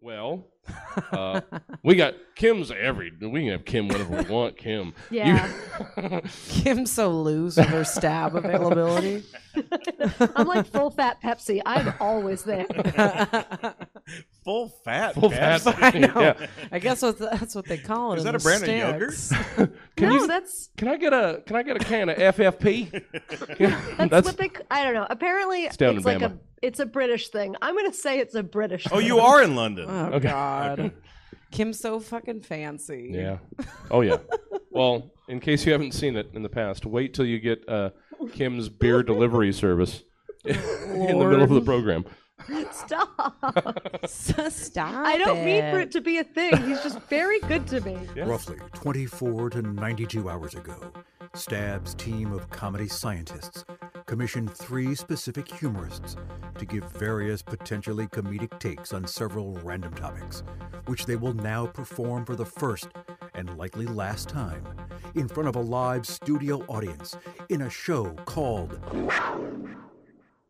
Well, uh, we got Kim's every. We can have Kim whenever we want. Kim. You- Yeah. Kim's so loose with her stab availability. I'm like full fat Pepsi. I'm always there. Full fat. Full Pepsi. fat. I know. Yeah. I guess what that's what they call it. Is in that a the brand of yogurt? sticks. Can no, you- that's Can I get a Can I get a can of FFP? that's, what they. c- I don't know. Apparently, it's, down in like a Bama. it's a British thing. I'm gonna say it's a British. Oh, thing. you are in London. Oh Okay. God. Kim's so fucking fancy. yeah. Oh yeah. Well, in case you haven't seen it in the past, wait till you get uh, Kim's beer delivery service in the middle of the program. Stop. So Stop. I don't mean for it. it to be a thing. He's just very good to me. Roughly 24 to 92 hours ago, Stab's team of comedy scientists commissioned three specific humorists to give various potentially comedic takes on several random topics, which they will now perform for the first and likely last time in front of a live studio audience in a show called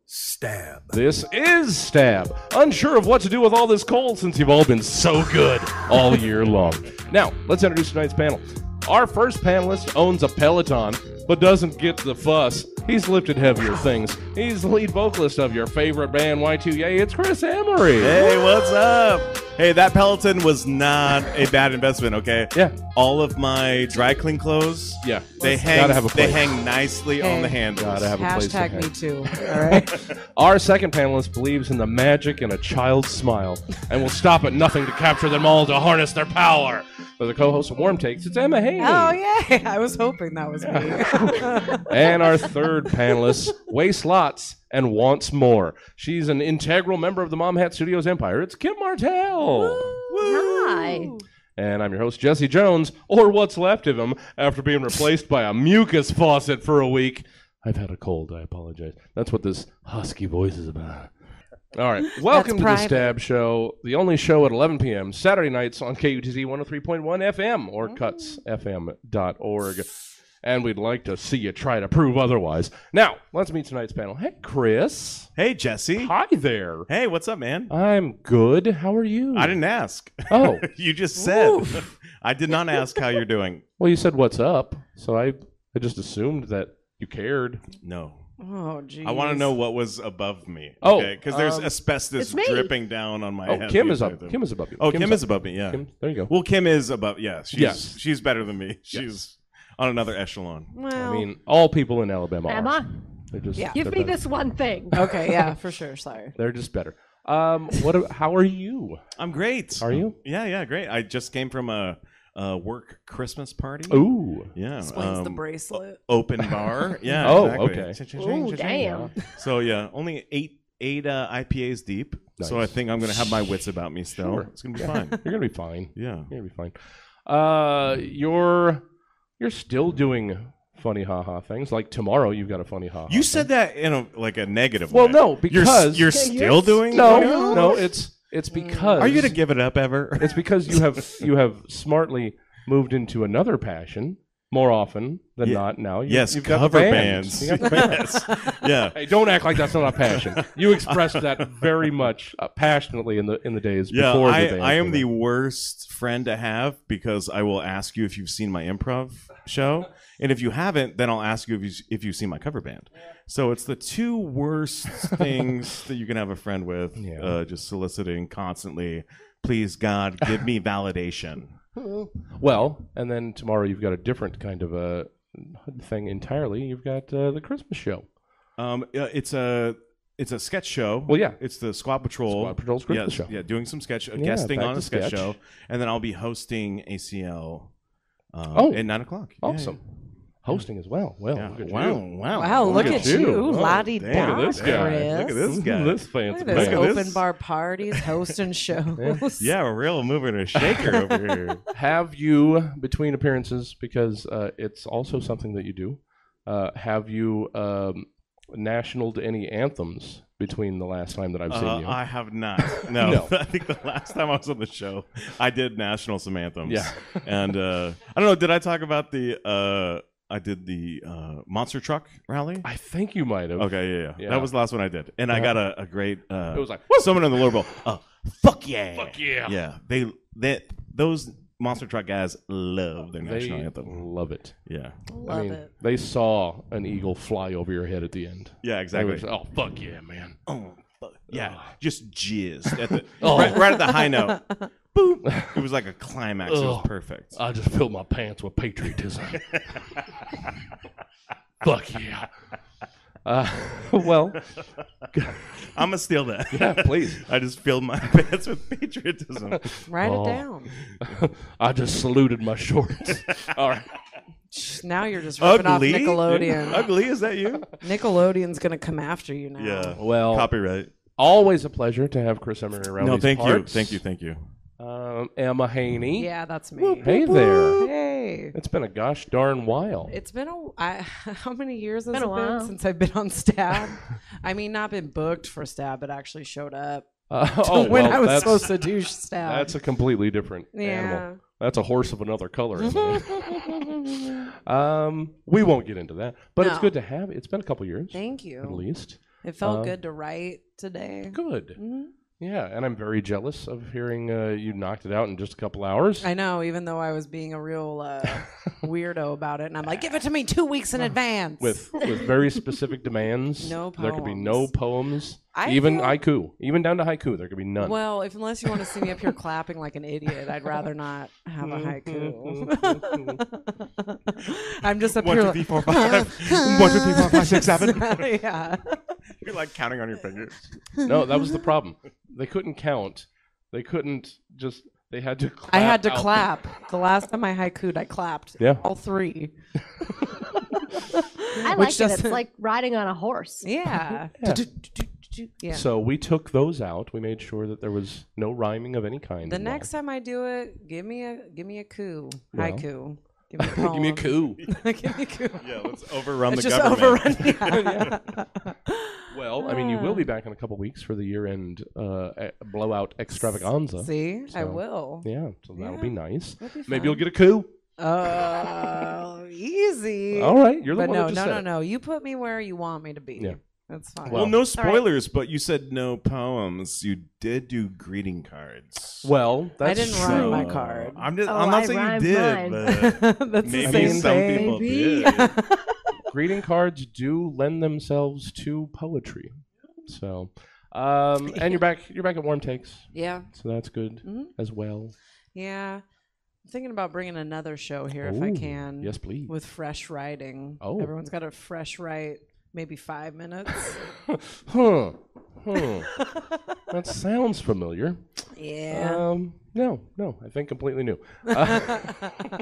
Stab. This is Stab. Unsure of what to do with all this cold since you've all been so good all year long. Now, let's introduce tonight's panel. Our first panelist owns a Peloton, but doesn't get the fuss. He's lifted heavier things. He's the lead vocalist of your favorite band, Y2A. It's Chris Emery. Hey, what's up? Hey, that Peloton was not a bad investment, okay? Yeah. All of my dry clean clothes, Yeah. they Gotta hang have a they place. hang nicely on the handles. Gotta have a place to Hashtag hang. me too. All right. Our second panelist believes in the magic in a child's smile and will stop at nothing to capture them all to harness their power. For the co host of Warm Takes, it's Emma Hayes. oh yeah. I was hoping that was me. And our third panelist wastes lots and wants more. She's an integral member of the Mom Hat Studios empire. It's Kim Martell. Hi. And I'm your host, Jesse Jones, or what's left of him after being replaced by a mucus faucet for a week. I've had a cold. I apologize. That's what this husky voice is about. All right. Welcome to the private. Stab Show, the only show at 11 p.m. Saturday nights on KUTZ 103.1 FM or cutsfm.org. And we'd like to see you try to prove otherwise. Now, let's meet tonight's panel. Hey, Chris. Hey, Jesse. Hi there. Hey, what's up, man? I'm good. How are you? I didn't ask. Oh, you just said. I did not ask how you're doing. Well, you said what's up, so I I just assumed that you cared. No. oh geez. I want to know what was above me. Oh, Because there's um, asbestos it's me. dripping down on my Oh, head. Kim is because up. of- Kim is above you. Oh, Kim's Kim is up. above me, yeah. Kim, there you go. Well, Kim is above. Yeah, she's Yes. she's better than me. She's on another echelon. Well, I mean, all people in Alabama are. Emma, They're just Yeah. give they're me better. this one thing. okay. Yeah. For sure. Sorry. They're just better. Um, what? a- How are you? I'm great. Are you? Yeah, yeah, great. I just came from a, a work Christmas party. Ooh. yeah. Explains the um, bracelet. Open bar. Yeah. Oh, exactly. okay. Cha-ching, Oh, cha-ching. damn. So yeah, only eight eight uh, IPAs deep. So I Nice. think I'm gonna have my wits about me still. Sure. It's gonna be fine. You're gonna be fine. Yeah. You're gonna be fine. Uh, you're you're still doing funny haha things. Like tomorrow, you've got a funny haha. You said that in a like a negative. Well, way. no, because- You're you're, s- you're still doing no, that? no. It's it's because Are you gonna give it up ever? It's because you have you have smartly moved into another passion more often than Ye- not. Now, you, yes, you've got the cover bands. bands. You got the band. yes. Yeah. Hey, don't act like that's not a passion. You expressed that very much uh, passionately in the in the days Yeah, before I, the band I am the came out. worst friend to have because I will ask you if you've seen my improv show, and if you haven't, then I'll ask you if, you, if you've seen my cover band. So it's the two worst things that you can have a friend with, Yeah. uh, just soliciting constantly. Please, God, give me validation. well. And then tomorrow you've got a different kind of a thing entirely. You've got uh, the Christmas show. Um, uh, it's a it's a sketch show. Well, yeah. it's the Squad Patrol. Squad Patrol's Christmas yeah, show. Yeah, doing some sketch, uh Yeah, guesting back on to a sketch, sketch. show, and then I'll be hosting ACL. Uh, Oh. at nine o'clock. Yeah, Awesome. Hosting as well. Well, Yeah. look at Wow, you. wow. Wow, look at you. you. La di da, damn. Look at Chris. this guy. Look at this guy. this fancy Look at those man. open This- bar parties, hosting shows. Yeah, a real mover and a shaker over here. have you between appearances because uh, it's also something that you do uh, have you um, nationaled any anthems between the last time that i've seen Uh, you I have not. No, No. I think the last time I was on the show, I did national some anthems. Yeah. and uh, I don't know. Did I talk about the? Uh, I did the uh, monster truck rally. I think you might have Oh, Okay, yeah, yeah, Yeah. That was the last one I did, and I Yeah. got a, a great. Uh, it was like someone on the lower bowl. Oh, Fuck yeah. Fuck yeah. Yeah. They that those monster truck guys love their They national anthem. love it. Yeah. Love I mean, it. they saw an eagle fly over your head at the end. Yeah, They were exactly. just, oh, fuck yeah, man. Oh, fuck. Yeah. Just jizzed at the Oh. right, right at the high note. Boop. It was like a climax. It was Ugh. Uh. perfect. I just filled my pants with patriotism. fuck yeah. Uh, well, I'm gonna steal that. Yeah, please. I just filled my pants with patriotism. Write Oh. it down. I just saluted my shorts. All right. Shh, Now you're just ripping Ugly. off Nickelodeon. Ugly, is that you? Nickelodeon's gonna come after you now. Yeah. Well, Copyright. always a pleasure to have Chris Emery around. No, these thank you, parts. thank you, thank you. Um, Emma Haney. Yeah, that's me. Hey there. Hey. It's been a gosh darn while. It's been a I, how many years has Been it a while. been since I've been on Stab? I mean, not been booked for Stab, but actually showed up Uh, oh, when well, I was that's, supposed to do Stab. that's a completely different yeah. animal. That's a horse of another color. isn't it? um, we won't get into that, but it's No. good to have. It's been a couple years, Thank at you. least. It felt Uh, good to write today. Good. Mhm. Yeah, and I'm very jealous of hearing uh, you knocked it out in just a couple hours. I know, even though I was being a real uh, weirdo about it, and I'm like, give it to me two weeks in advance. with with very specific demands. No There could be no poems. poems. I even feel- haiku, even down to haiku, there could be none. well, if unless you want to see me up here clapping like an idiot, I'd rather not have a haiku. I'm just up One, here. two, like- three, four, five. One, two, three, four, five, six, seven. yeah. You're like counting on your fingers. no, that was the problem. They couldn't count. They couldn't just. They had to. Clap I had to out. clap. The last time I haikued, I clapped. Yeah. All three. I Which like it. It's doesn't- like riding on a horse. Yeah. Yeah. Yeah. So we took those out. We made sure that there was no rhyming of any kind. The involved. next time I do it, give me a give me a coup. Well. Haiku. Give me a give me a poem. coup. give me a coup. Yeah, let's overrun It's the just government. overrun. Yeah. Well, I mean, you will be back in a couple weeks for the year-end uh, e- blowout extravaganza. See, I So. will. Yeah, so that'll be nice. That'd be Maybe you'll fun. get a coup. Oh, easy. All right, you're the but one no, that just said no, no, it. no. You put me where you want me to be. Yeah. That's fine. Well, no spoilers, but you said no poems. You did do greeting cards. Well, that's didn't true. rhyme Run my card. I'm just. Oh, I'm not I saying you rhymed did, mine. but That's the maybe same some thing. people Maybe. did. greeting cards do lend themselves to poetry. So, um, and you're back. You're back at Warm Takes, Yeah. so that's good Mhm. as well. Yeah. I'm thinking about bringing another show here if I Ooh, can. Yes, please. With fresh writing. Oh. Everyone's got a fresh write, maybe five minutes. huh. Huh. that sounds familiar. yeah. Um, no, no, I think completely new. Uh,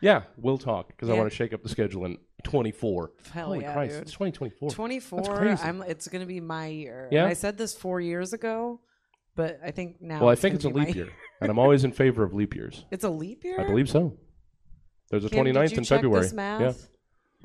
yeah, we'll talk because I Yeah. want to shake up the schedule in 24. Hell Holy yeah, Christ, dude. it's 2024. 24. crazy. I'm, it's going to be my year. Yeah? And I said this four years ago, but I think now. well, I think it's a gonna be my leap year, and I'm always in favor of leap years. It's a leap year? I believe so. There's a Kim, did 29th you in check February. This math? Yeah.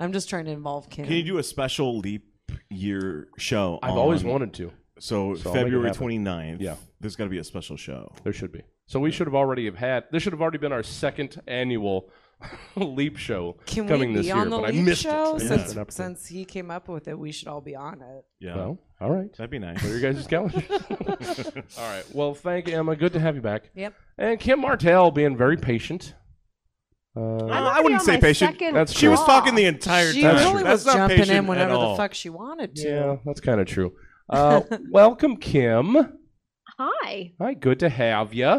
I'm just trying to involve Kim. Can you do a special leap year show? I've always on- wanted to. So, So I'll make it February happen. 29th. Yeah. There's got to be a special show. There should be. So we should have already have had. This should have already been our second annual leap show Can coming we be this on year, the but I leap missed it. I show? missed an Since, opportunity. since he came up with it, we should all be on it. Yeah. well, all right. That'd be nice. What are your guys' calendars? all right. Well, thank you, Emma. Good to have you back. Yep. And Kim Martell being very patient. Uh, I I'm wouldn't already on say my patient. second That's She was claw. talking the entire She time. really really was That's not jumping patient in whenever at the all. fuck she wanted to. yeah, that's kind of true. Uh, welcome, Kim. Hi. Hi, good to have you.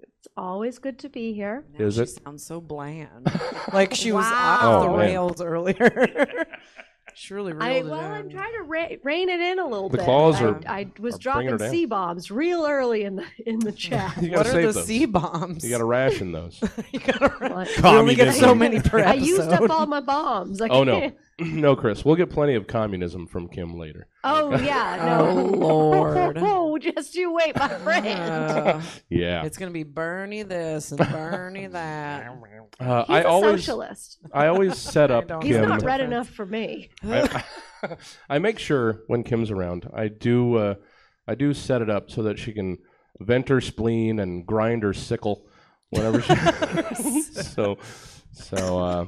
It's always good to be here. Now Is she it? sounds so bland. like she was Wow. off the Oh, man. rails earlier. she really reeled I, it well, in. I'm trying to ra- rein it in a little The bit. claws I, are- I was are bringing her dropping down. C bombs real early in the in the chat. You gotta what are save the those. C bombs? You got to ration those. you gotta But we only get so Communism. many per I episode. used up all my bombs. I Oh, no. can't- no, Chris, we'll get plenty of communism from Kim later. Oh yeah. Oh No. Lord. Oh, just you wait, my friend. Uh, Yeah. it's gonna be Bernie this and Bernie that. Uh, He's I a always socialist. I always set I up don't Kim. He's Yeah, not but- red enough for me. I, I- I make sure when Kim's around, I do uh, I do set it up so that she can vent her spleen and grind her sickle whenever she. so so uh,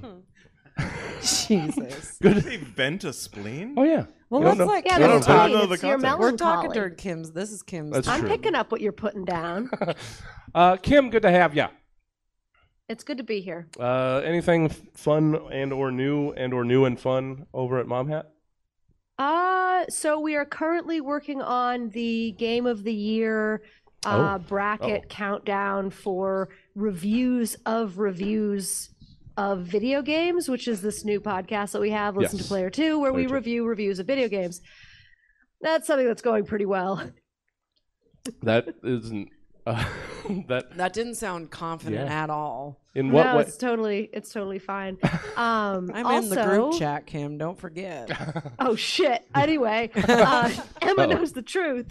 Jesus. Good. They vent a spleen. Oh yeah. Well, You don't let's know. like. Yeah, I don't that's know. I fine. don't know the It's your context. We're talking melancholy. during Kim's. This is Kim's. That's I'm True. picking up what you're putting down. Uh, Kim, good to have you. It's good to be here. Uh, anything f- fun and or new and or new and fun over at Mom Hat? Uh, so we are currently working on the game of the year Oh. uh, bracket countdown for reviews of reviews of video games, which is this new podcast that we have, Listen Yes. to Player Two, where we Player Two. review reviews of video games. That's something that's going pretty well. That isn't uh, that That didn't sound confident Yeah. at all. in what no, way? it's totally it's totally fine. Um, I'm also, in the group chat, Kim. Don't forget. Oh shit! Anyway, uh, Emma Uh-oh. knows the truth.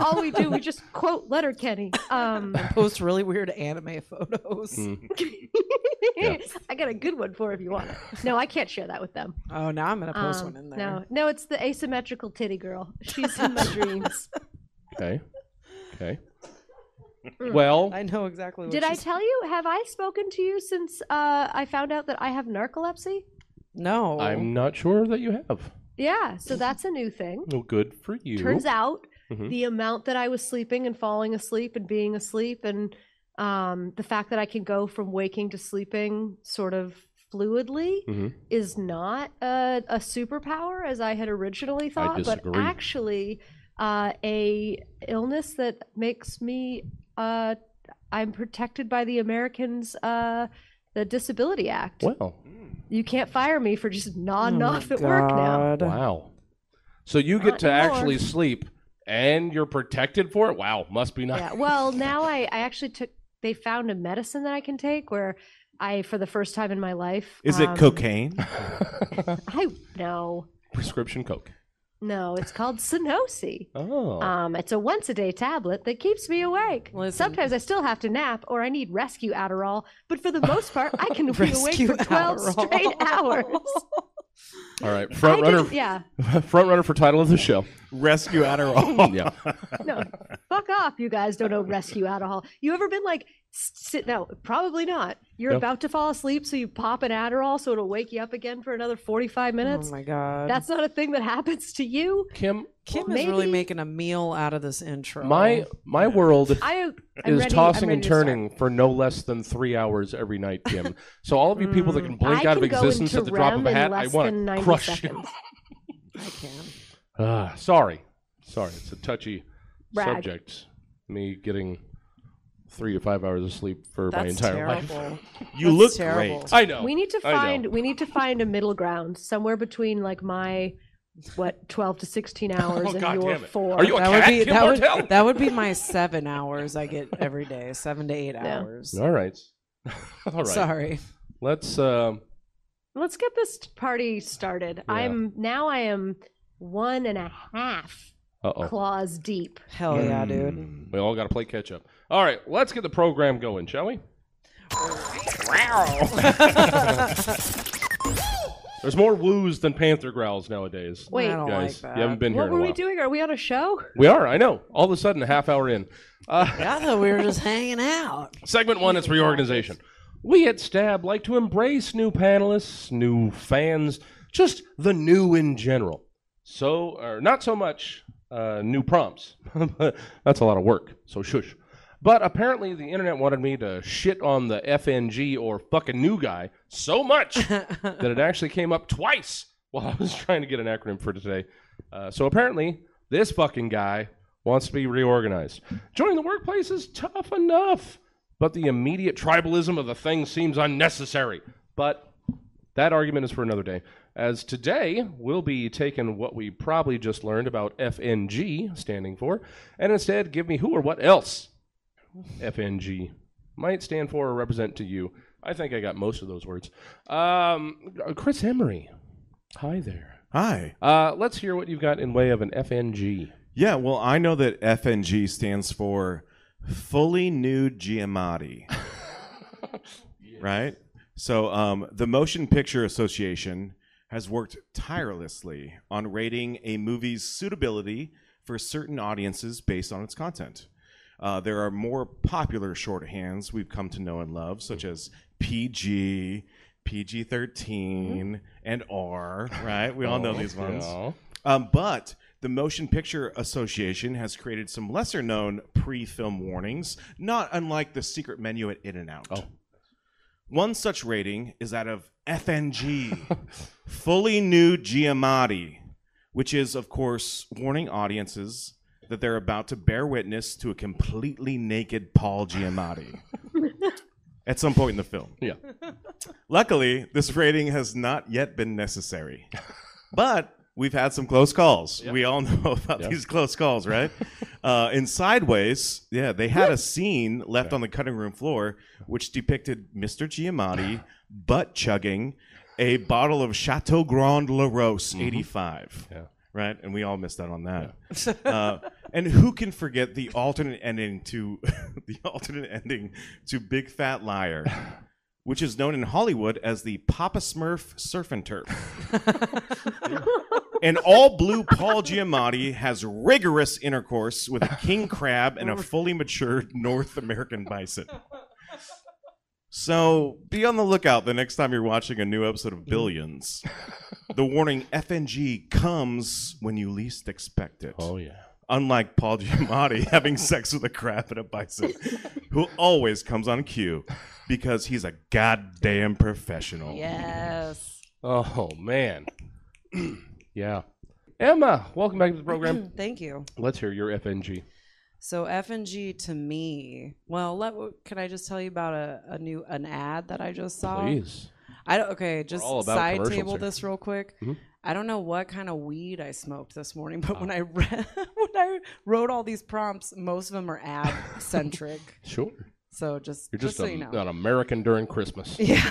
All we do, we just quote Letter Kenny. Um, Post really weird anime photos. Mm. Yeah. I got a good one for if you want. it. No, I can't share that with them. Oh, now I'm gonna post Um, one in there. No, no, it's the asymmetrical titty girl. She's in my dreams. Okay. Okay. Mm. Well, I know exactly. What Did I she's- tell you? Have I spoken to you since uh, I found out that I have narcolepsy? no. I'm not sure that you have. Yeah, so that's a new thing. Well, good for you. Turns out Mhm. the amount that I was sleeping and falling asleep and being asleep and um, the fact that I can go from waking to sleeping sort of fluidly Mhm. is not a, a superpower as I had originally thought, but disagree. actually uh, a illness that makes me uh, I'm protected by the Americans. Uh, the Disability Act. Well, You can't fire me for just nodding Oh my off at work now. God. wow. So you get Not to actually anymore. sleep and you're protected for it? Wow, must be nice. Yeah. Well, now I, I actually took. They found a medicine that I can take where I, for the first time in my life, Is it um, cocaine? I no, Prescription Coke. no. It's called Sanosi. Oh. Um, it's a once a day tablet that keeps me awake. Listen. Sometimes I still have to nap or I need rescue Adderall, but for the most part, I can be awake Rescue for 12 Adderall. straight hours. All right. I Front runner didn't- yeah. front runner for title of the show. Rescue Adderall. Yeah. No, fuck off. You guys don't know rescue Adderall. You ever been like, s- sit? No, probably not. You're No. about to fall asleep, so you pop an Adderall so it'll wake you up again for another 45 Oh minutes. my god. That's not a thing that happens to you. Kim, Kim Well, is really maybe- making a meal out of this intro. my my world I I'm is ready- tossing and I'm ready to start. turning for no less than three hours every night, Kim. so all of you people that can blink Mm, I out of can go existence into at the drop REM of a in hat, I less than want to 90 crush you. seconds. I can. Ah, sorry, sorry, it's a touchy Brag. subject. Me getting three to five hours of sleep for my That's entire terrible. life. You That's look terrible. great. I know. We need to I know. find we need to find a middle ground somewhere between like my what 12 to 16 hours Oh, and God your damn it. four. Are you a That would cat, be Kim that Martell? would, that would be my seven hours I get every day, seven to eight Yeah. hours. All right, all right. Sorry. Let's. Um, Let's get this party started. Yeah. I'm now I am one and a half uh oh. claws deep. Hell yeah, dude. We all got to play catch up. All right, let's get the program going, shall we? There's more woos than panther growls nowadays. Wait, I don't Guys, like you haven't that. been here what in a were we while. doing? Are we on a show? We are, I know. All of a sudden, a half hour in. Uh, I thought we were just hanging out. Segment one is reorganization. We at Stab like to embrace new panelists, new fans, just the new in general. So, or not so much uh, new prompts. That's a lot of work, so shush. But apparently, the internet wanted me to shit on the FNG or fucking new guy so much that it actually came up twice while I was trying to get an acronym for today. Uh, so apparently, this fucking guy wants to be reorganized. Joining the workplace is tough enough, but the immediate tribalism of the thing seems unnecessary. But that argument is for another day. As today, we'll be taking what we probably just learned about FNG standing for, and instead give me who or what else FNG might stand for or represent to you. I think I got most of those words. Um, Chris Emery, hi there. Hi. Uh, let's hear what you've got in way of an FNG. Yeah, well, I know that FNG stands for fully nude Giamatti. Right? So, um, the Motion Picture Association has worked tirelessly on rating a movie's suitability for certain audiences based on its content. Uh, there are more popular shorthands we've come to know and love, such as PG, PG 13 and R, right? We all know these ones. Oh, Yeah. Um, but the Motion Picture Association has created some lesser known pre film warnings, not unlike the secret menu at In N Out. Oh. One such rating is that of FNG, Fully Nude Giamatti, which is, of course, warning audiences that they're about to bear witness to a completely naked Paul Giamatti at some point in the film. Yeah. Luckily, this rating has not yet been necessary. But we've had some close calls. We all know about Yeah. these close calls, right? uh, in Sideways, yeah, they had a scene left on the cutting room floor which depicted Mr. Giamatti butt chugging a bottle of Chateau Grand La Rose 85. Mm-hmm. Yeah. Right? And we all missed out on that. uh, and who can forget the alternate ending to the alternate ending to Big Fat Liar, which is known in Hollywood as the Papa Smurf Surf and Turf. An all blue Paul Giamatti has rigorous intercourse with a king crab and a fully matured North American bison. So be on the lookout the next time you're watching a new episode of Billions. the warning FNG comes when you least expect it. Oh yeah. Unlike Paul Giamatti having sex with a crab and a bison, who always comes on cue because he's a goddamn professional. Yes. Oh man. yeah. Emma, welcome back to the program. Thank you. Let's hear your FNG. So F and G to me. Well, let can I just tell you about a, a new an ad that I just saw? Please. I don't, okay, just all about side commercials table here. this real quick. Mhm. I don't know what kind of weed I smoked this morning, but Oh. when I read, when I wrote all these prompts, most of them are ad centric. Sure. so just You're just, just, so a- you know. an American during Christmas. Yeah.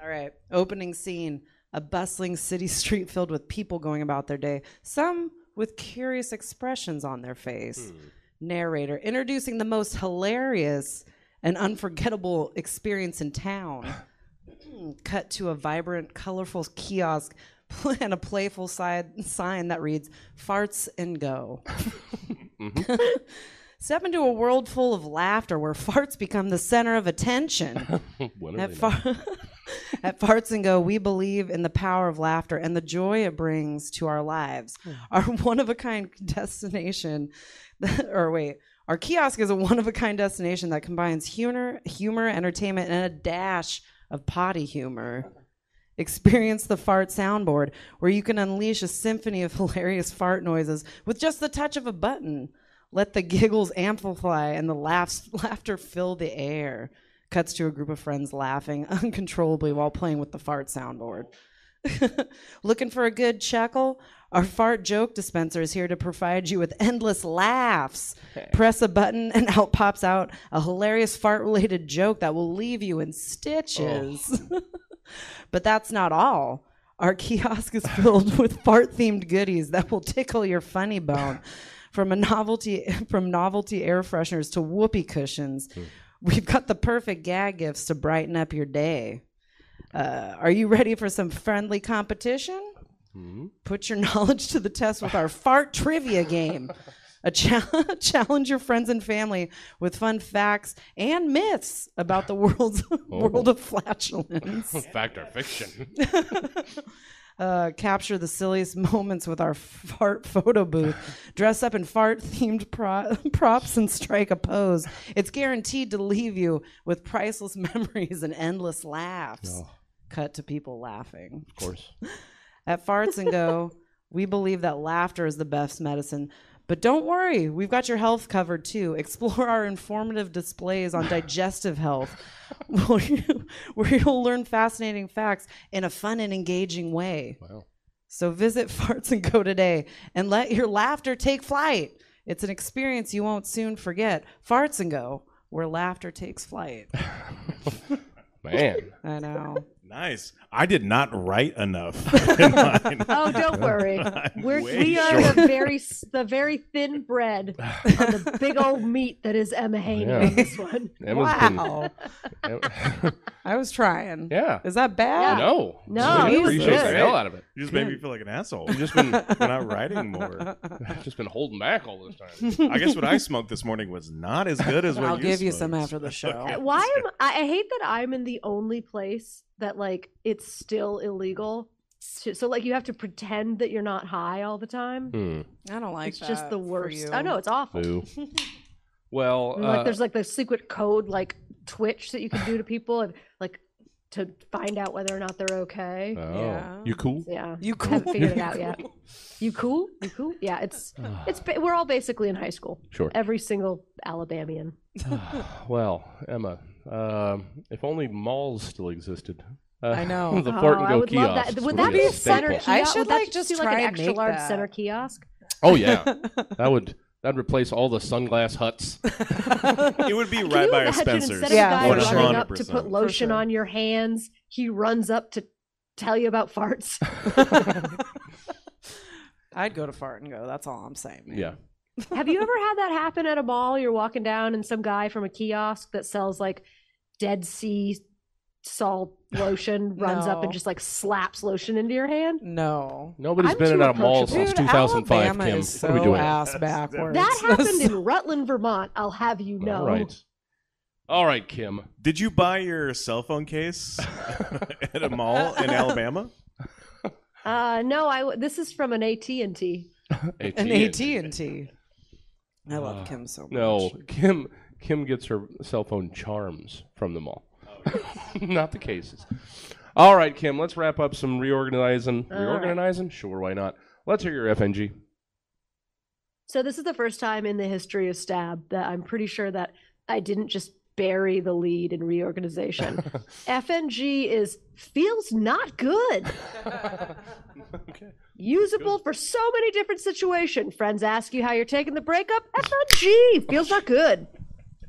All right. Opening scene a bustling city street filled with people going about their day, some with curious expressions on their face. Narrator introducing the most hilarious and unforgettable experience in town. Cut to a vibrant, colorful kiosk and a playful side, sign that reads Farts and Go. Step into a world full of laughter where farts become the center of attention. What do they At, know? far- at Farts and Go, we believe in the power of laughter and the joy it brings to our lives. Our one of a kind destination, or wait, our kiosk is a one of a kind destination that combines humor, humor, entertainment, and a dash of potty humor. Experience the fart soundboard, where you can unleash a symphony of hilarious fart noises with just the touch of a button. Let the giggles amplify and the laughs, laughter fill the air. Cuts to a group of friends laughing uncontrollably while playing with the fart soundboard. Looking for a good chuckle? Our fart joke dispenser is here to provide you with endless laughs. Press a button and out pops out a hilarious fart related joke that will leave you in stitches. but that's not all. Our kiosk is filled with fart themed goodies that will tickle your funny bone. From a novelty from novelty air fresheners to whoopee cushions. We've got the perfect gag gifts to brighten up your day. Uh, are you ready for some friendly competition? Put your knowledge to the test with our fart trivia game. A chal- challenge your friends and family with fun facts and myths about the world's world of flatulence. Fact or fiction? Uh, capture the silliest moments with our fart photo booth. Dress up in fart themed pro- props and strike a pose. It's guaranteed to leave you with priceless memories and endless laughs. Cut to people laughing. Of course. At Farts and Go, we believe that laughter is the best medicine. But don't worry, we've got your health covered too. Explore our informative displays on digestive health, where you- where you'll learn fascinating facts in a fun and engaging way. Wow. So visit Farts and Go today and let your laughter take flight. It's an experience you won't soon forget. Farts and Go, where laughter takes flight. Man. I know. Nice. I did not write enough. in mine. Oh, don't worry. We're, way we are short. the very s- the very thin bread on the big old meat that is Emma Haney Yeah. on this one. Emma's Wow. been. I was trying. yeah. Is that bad? No. No, I it was appreciate the good. hell out of it. You just made me feel like an asshole. I've just been, We're not writing more. I've just been holding back all this time. I guess what I smoked this morning was not as good as what I'll you give you smoked. some after the show. Oh, Okay. Why am I, I hate that I'm in the only place that like it's still illegal. To, so like you have to pretend that you're not high all the time. Hmm. Mm. I don't like it's just that the for worst. you. I know it's awful. Boo. Well, And, like uh, there's like the secret code like Twitch that you can do to people and like to find out whether or not they're okay. Uh. oh, Yeah. you cool? yeah. You I cool. haven't figured it out yet. You cool? You cool? Yeah, it's it's ba- we're all basically in high school. Sure. Every single Alabamian. Well, Emma, um, if only malls still existed. Uh, I know. the Oh, Fort and I Go would love that. kiosks Would that a be a center staple. kiosk? I should, Would that like, just be try like an and extra make large that. center kiosk. Oh yeah, that would that'd replace all the sunglass huts. It would be Can right you by our imagine Spencer's. instead of Yeah, a guy for running sure. up to 100%. put lotion sure. on your hands, he runs up to tell you about farts? I'd go to fart and go. That's all I'm saying. man. Yeah, Have you ever had that happen at a mall? You're walking down and some guy from a kiosk that sells like Dead Sea salt lotion runs up No. and just like slaps lotion into your hand? No. nobody's I'm been too at a mall approachable. since Dude, 2005. Alabama Kim, is what are we so doing? ass backwards. That happened in Rutland, Vermont. I'll have you know. All right, all right, Kim. Did you buy your cell phone case at a mall in Alabama? Uh, no, I. w- This is from an AT and T. an AT&T. AT and T. I love Uh, Kim so much. No, Kim. Kim gets her cell phone charms from the mall, not the cases. All right, Kim. Let's wrap up some reorganizing. All right. reorganizing? Sure, why not? Let's hear your FNG. So this is the first time in the history of Stab that I'm pretty sure that I didn't just bury the lead in reorganization. FNG is feels not good. Okay. Usable for so many different situations. Friends ask you how you're taking the breakup. FNG feels not good.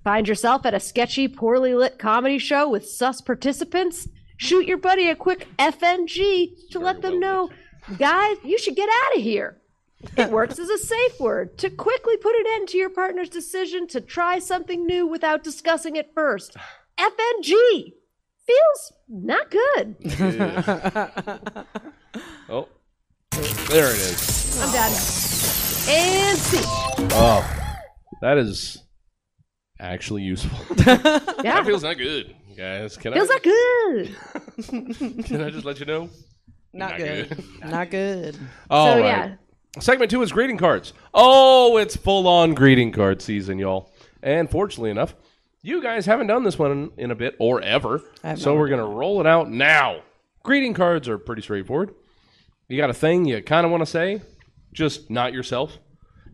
Find yourself at a sketchy, poorly lit comedy show with sus participants. Shoot your buddy a quick FNG to let them know, guys, you should get out of here. It works as a safe word to quickly put an end to your partner's decision to try something new without discussing it first. FNG feels not good. Oh, there it is. I'm done. And see. Oh. That is actually useful. Yeah. that feels not good, guys. Can Feels I? not good. can I just let you know? not, not good. not good. All right. so yeah. Segment two is greeting cards. Oh, it's full on greeting card season, y'all. And fortunately enough, you guys haven't done this one in a bit or ever. have So not. we're going to roll it out now. Greeting cards are pretty straightforward. You got a thing you kind of want to say, just not yourself.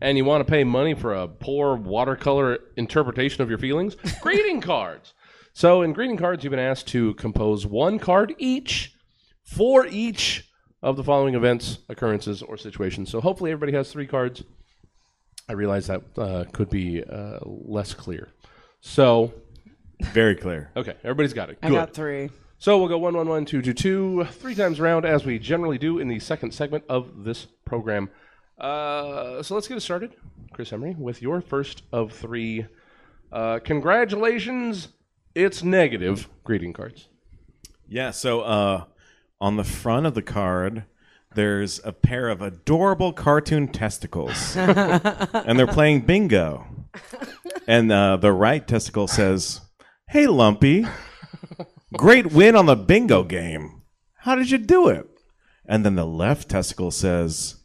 And you want to pay money for a poor watercolor interpretation of your feelings? greeting cards. So, in greeting cards, you've been asked to compose one card each for each of the following events, occurrences, or situations. So hopefully everybody has three cards. I realize that uh, could be uh, less clear. So Very clear. okay, everybody's got it. I Good. got three. so we'll go one, one, one, two, two, two, three times around as we generally do in the second segment of this program. Uh, so let's get it started, Chris Emery, with your first of three. Uh, congratulations, it's negative greeting cards. Yeah, so uh, on the front of the card, there's a pair of adorable cartoon testicles. and they're playing bingo. And uh, the right testicle says, Hey, Lumpy, great win on the bingo game. How did you do it? And then the left testicle says,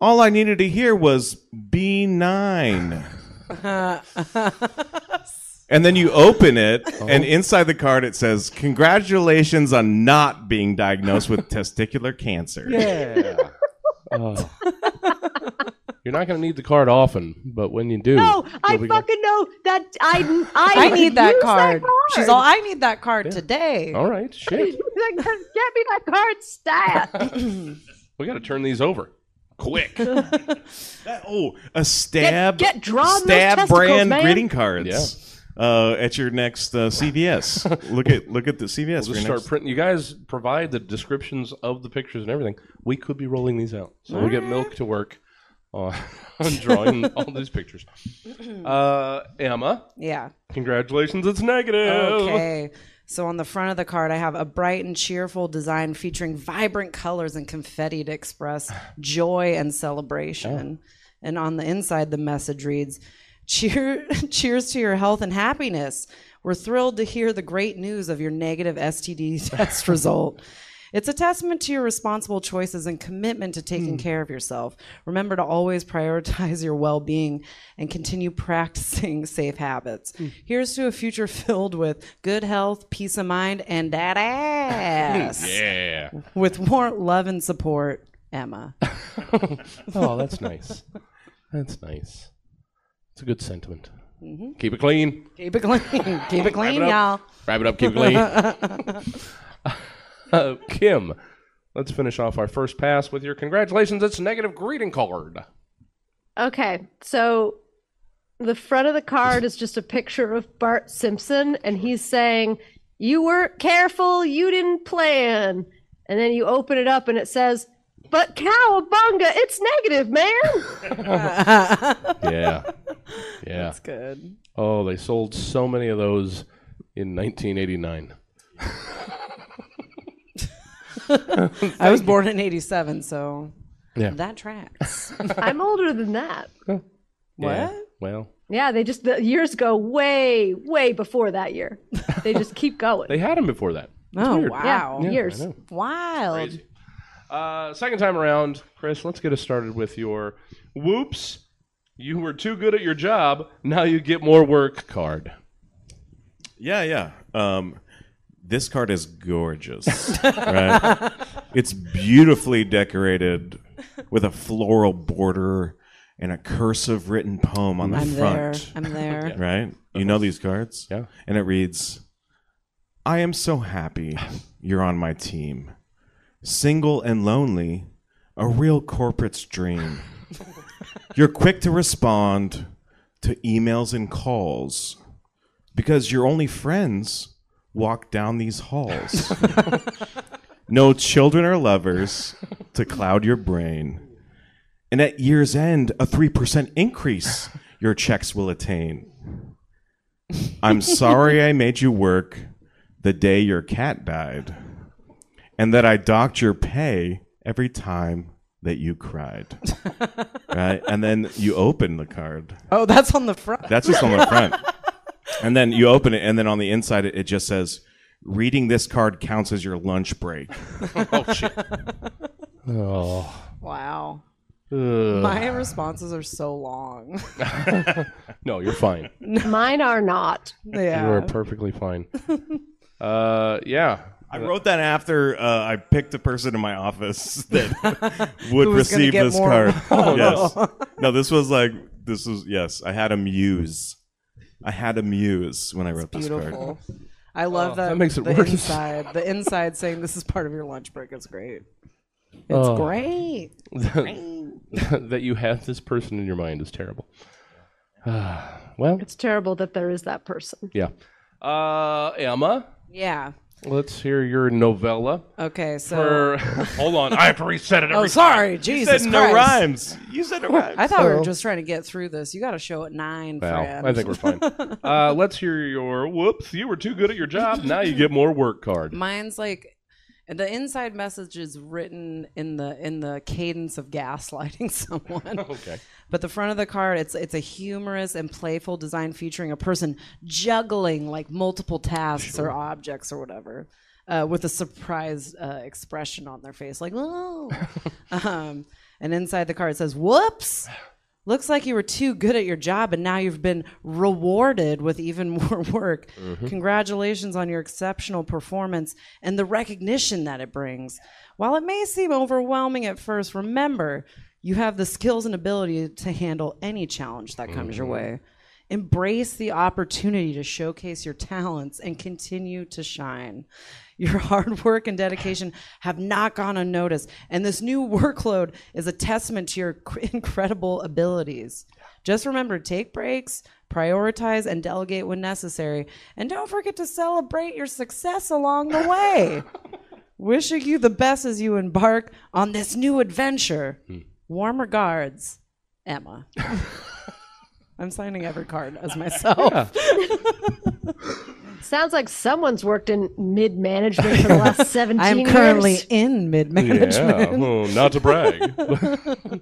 All I needed to hear was B9. And then you open it, and inside the card it says, "Congratulations on not being diagnosed with testicular cancer." Yeah. Oh. You're not going to need the card often, but when you do, No, Oh, I you'll be- fucking know that I I, I need that use card. She's all. card. I need that card today. All right, shit. Like, Get me that card, stat. We got to turn these over quick. That- oh, a stab, Get- get drawn those stab testicles, brand man. greeting cards. uh, at your next uh, CVS. look at look at the CVS. We'll for just your start next- printing. You guys provide the descriptions of the pictures and everything. We could be rolling these out, so we'll get Milk to work on, on drawing all these pictures. Uh, Emma, Yeah. congratulations! It's negative. Oh. Okay. So on the front of the card, I have a bright and cheerful design featuring vibrant colors and confetti to express joy and celebration. And on the inside, the message reads, "Cheer, cheers to your health and happiness. We're thrilled to hear the great news of your negative STD test result." It's a testament to your responsible choices and commitment to taking care of yourself. Remember to always prioritize your well being and continue practicing safe habits. Here's to a future filled with good health, peace of mind, and that ass. Yeah. With more love and support, Emma. Oh, that's nice. That's nice. It's a good sentiment. Mm-hmm. Keep it clean. Keep it clean. Keep it clean, y'all. Wrap it up. Keep it clean. uh, Kim, let's finish off our first pass with your congratulations. It's a negative greeting card. Okay, so the front of the card is just a picture of Bart Simpson, and he's saying, You weren't careful, you didn't plan. And then you open it up, and it says, But cowabunga, it's negative, man. Yeah. Yeah. That's good. Oh, they sold so many of those in 1989. I was born in 87, so Yeah. that tracks. I'm older than that. Yeah. What? Well, Yeah, they just, the years go way, way before that year. They just keep going. they had them before that. Oh, weird. wow. Yeah, years. I know. Wild. Crazy. Uh, second time around, Chris, let's get us started with your whoops. You were too good at your job. Now you get more work card. Yeah, yeah. Um, this card is gorgeous. right? It's beautifully decorated with a floral border and a cursive written poem on the I'm there. front. I'm there. Right? You know these cards? Yeah. And it reads I am so happy you're on my team. Single and lonely, a real corporate's dream. you're quick to respond to emails and calls because your only friends walk down these halls. no children or lovers to cloud your brain. And at year's end, a 3% increase your checks will attain. I'm sorry I made you work the day your cat died, and that I docked your pay every time that you cried. right? And then you open the card. Oh, that's on the front. That's just on the front. And then you open it, and then on the inside, it, it just says, Reading this card counts as your lunch break. Oh shit. oh. Wow. Ugh. My responses are so long. No, you're fine. Mine are not. You are yeah. perfectly fine. Uh, yeah. I wrote that after uh, I picked a person in my office that would Who was gonna receive get this more. Oh, card. yes. No, this was like this was yes. I had a muse. I had a muse when I wrote this card. Beautiful. I love that. Oh, that makes it the worse. inside. The inside saying this is part of your lunch break is great. It's Oh. great. that you have this person in your mind is terrible. Ah, well, It's terrible that there is that person. yeah. Uh, Emma, Yeah. let's hear your novella. Okay. So. Or- hold on, I have to reset it. Every oh, sorry. Jesus said no Christ. rhymes. You said no rhymes. I thought we were just trying to get through this. You got to show at nine, Well, friend. I think we're fine. uh, let's hear your whoops. You were too good at your job. Now you get more work card. Mine's like the inside message is written in the in the cadence of gaslighting someone. Okay. But the front of the card, it's it's a humorous and playful design featuring a person juggling like multiple tasks or objects or whatever, uh, with a surprised uh, expression on their face, like "whoa." um, and inside the card it says, "Whoops." Looks like you were too good at your job and now you've been rewarded with even more work. Congratulations on your exceptional performance and the recognition that it brings. While it may seem overwhelming at first, remember you have the skills and ability to handle any challenge that comes your way. Embrace the opportunity to showcase your talents and continue to shine. Your hard work and dedication have not gone unnoticed, and this new workload is a testament to your cr- incredible abilities. Just remember take breaks, prioritize and delegate when necessary, and don't forget to celebrate your success along the way. Wishing you the best as you embark on this new adventure. Warm regards, Emma. I'm signing every card as myself. Sounds like someone's worked in mid management for the last 17 I am currently years in mid Yeah, management. oh, not to brag.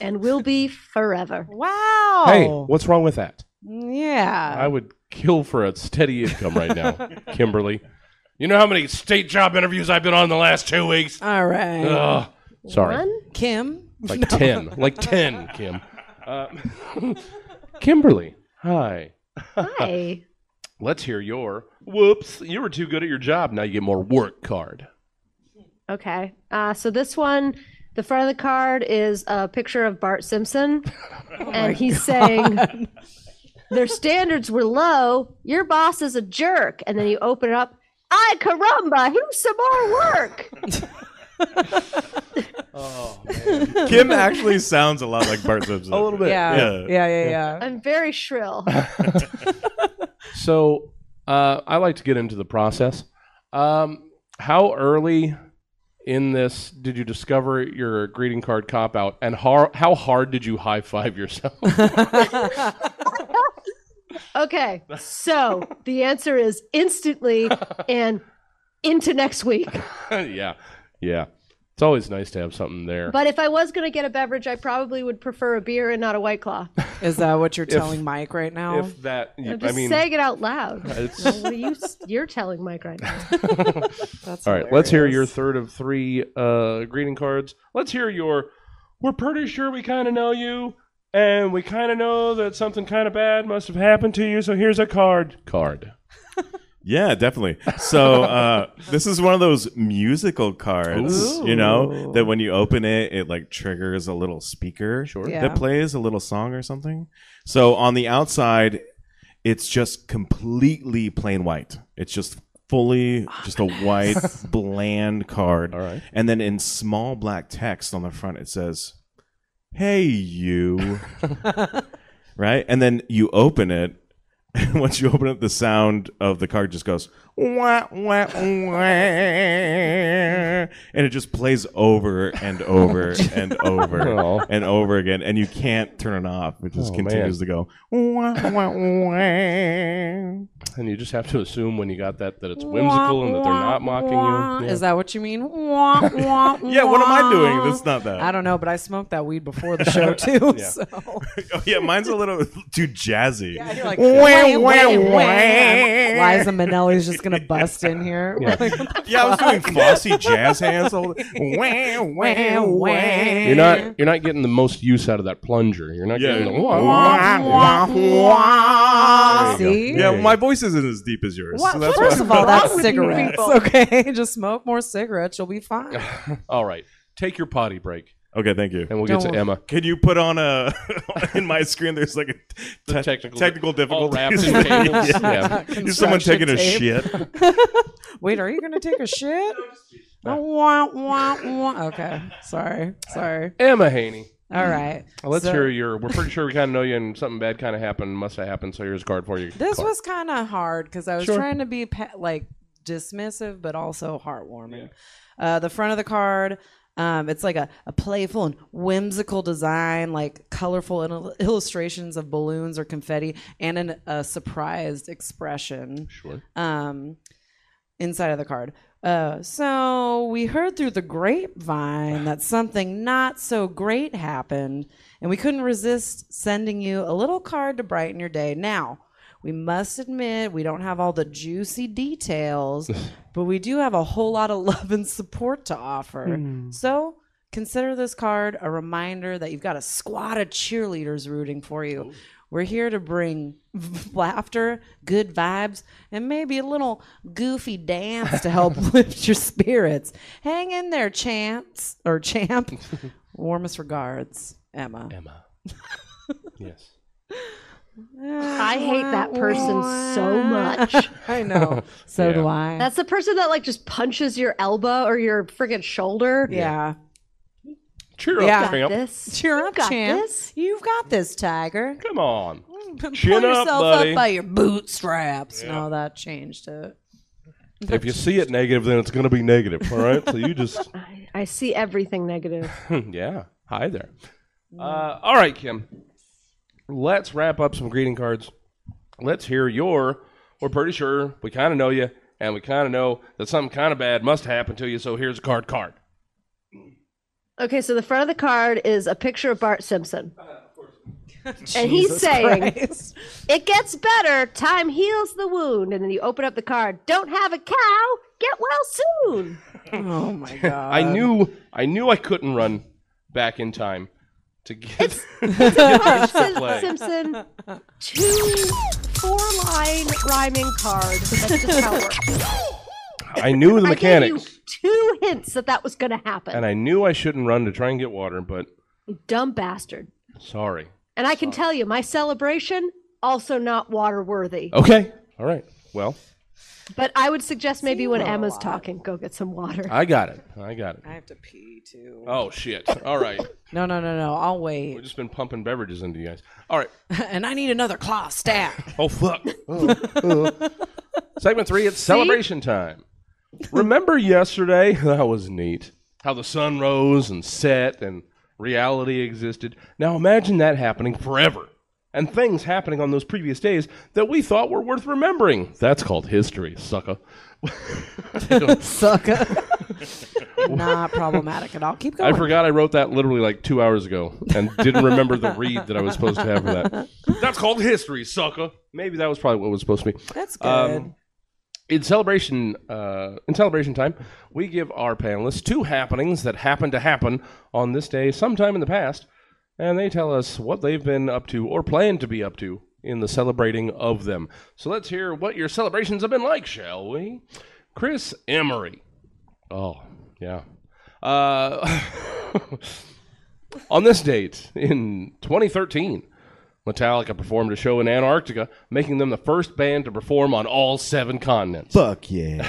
and will be forever. Wow. hey, what's wrong with that? Yeah. I would kill for a steady income right now, Kimberly. You know how many state job interviews I've been on the last two weeks? All right. Ugh. Sorry. One? Kim. Like 10. Like 10, Kim. Uh, Kimberly, hi. Hi. Let's hear your whoops. You were too good at your job. Now you get more work card. Okay. Uh, so this one, the front of the card is a picture of Bart Simpson, Oh and he's saying, "Their standards were low. Your boss is a jerk." And then you open it up. Ay caramba! Here's some more work. Kim actually sounds a lot like Bart Simpson. A little bit. Yeah. Yeah. Yeah. Yeah. Yeah. I'm very shrill. So uh, I like to get into the process. Um, how early in this did you discover your greeting card cop out, and how how hard did you high five yourself? Okay. So the answer is instantly and into next week. yeah, yeah. It's always nice to have something there. But if I was going to get a beverage, I probably would prefer a beer and not a white claw. Is that what you're telling Mike right now? if that, I'm I just mean, saying it out loud. it's, Well, what are you you're telling Mike right now? That's all right. Let's hear your hilarious. third of three uh, greeting cards. Let's hear your. We're pretty sure we kind of know you, and we kind of know that something kind of bad must have happened to you. So here's a card. Card. Yeah, definitely. So uh, this is one of those musical cards, you know, that when you open it, it like triggers a little speaker sure. Yeah. that plays a little song or something. So on the outside, it's just completely plain white. It's just fully just a white, bland card. All right. And then in small black text on the front, it says, Hey, you. right? And then you open it. And once you open it, the sound of the card just goes, wah, wah, wah. And it just plays over and over and Oh. over and over again. And you can't turn it off. It just Oh, continues to go, wah, wah, wah. And you just have to assume when you got that that it's whimsical and that they're not mocking you. Yeah. Is that what you mean? Wah, wah, Yeah, what am I doing? wah. That's not that. I don't know, but I smoked that weed before the show too. So Oh, yeah, mine's a little too jazzy. Yeah, you're like, Wah, wah, wah. Liza Minnelli's just gonna bust in here. Yeah, I was doing flossy jazz hands. All the- wah, wah, wah. You're not you're not getting the most use out of that plunger. You're not Yeah. getting the wah, wah. Wah, wah. There you See? go. Yeah, There you my go. voice isn't as deep as yours. What? So that's First why- of all, that's with you cigarettes. people? Okay, just smoke more cigarettes. You'll be fine. All right. Take your potty break okay, thank you. and we'll get Don't- to Emma. Can you put on a in my screen? There's like a te- technical- technical All difficulty. wrapped in cables. yeah. Is Construction someone taking a tape. shit? Wait, are you gonna take a shit? Oh, wah, wah, wah. Okay, sorry, sorry. Emma Haney. All right. Let's So- hear your we're pretty sure we kinda know you and something bad kinda happened, must have happened, so here's a card for you. This Card. was kind of hard because I was Sure. trying to be pa- like dismissive, but also heartwarming. Uh, the front of the card, um, it's like a, a playful and whimsical design, like colorful il- illustrations of balloons or confetti, and an, a surprised expression sure. um, inside of the card. Uh, so we heard through the grapevine that something not so great happened, and we couldn't resist sending you a little card to brighten your day. Now, we must admit we don't have all the juicy details, but we do have a whole lot of love and support to offer. So consider this card a reminder that you've got a squad of cheerleaders rooting for you. We're here to bring laughter, good vibes, and maybe a little goofy dance to help lift your spirits. Hang in there, chance or champ. Warmest regards, Emma. Emma. yes. I hate that person so much. Ah, I know. So do I. That's the person that like just punches your elbow or your friggin' shoulder. yeah. Cheer up, Yeah. champ. This. Cheer You up, got champ. this. You've got this, Tiger. Come on. Pull Chin up, yourself buddy. up by your bootstraps. No, that changed it. If you see it negative, then it's going to be negative. All right. So you just, I see everything negative. yeah. Hi there. Uh, all right, Kim. Let's wrap up some greeting cards. Let's hear your. We're pretty sure we kind of know you, and we kind of know that something kind of bad must happen to you. So here's a card. Card. Okay, so the front of the card is a picture of Bart Simpson. Uh, And he's saying, Christ. It gets better. Time heals the wound. And then you open up the card. Don't have a cow. Get well soon. Oh my god. I knew. I knew I couldn't run back in time to get. Bart Sim- play. Simpson, two four line rhyming card. That's just how it works. I knew the I gave mechanics, you two hints that that was going to happen. and I knew I shouldn't run to try and get water, but Dumb bastard. sorry. And I can tell you, my celebration also not water worthy. Okay. All right. Well, But I would suggest maybe when Emma's talking, go get some water. I got it. I got it. I have to pee too. Oh shit. All right. No, no, no, no. I'll wait. We've just been pumping beverages into you guys. All right. and I need another claw stab. Oh fuck. Segment three. It's celebration time. Remember yesterday? That was neat. How the sun rose and set, and reality existed. Now imagine that happening forever, and things happening on those previous days that we thought were worth remembering. That's called history, sucker. Sucker. Not problematic at all. Keep I going. forgot I wrote that literally like two hours ago and didn't remember the read that I was supposed to have for that. That's called history, sucker. Maybe that was probably what it was supposed to be. That's good. Um, in celebration, uh, in celebration time, we give our panelists two happenings that happened to happen on this day sometime in the past, and they tell us what they've been up to or plan to be up to in the celebrating of them. So let's hear what your celebrations have been like, shall we? Chris Emery. Oh, yeah. Uh, on this date in 2013, Metallica performed a show in Antarctica, making them the first band to perform on all seven continents. Fuck yeah.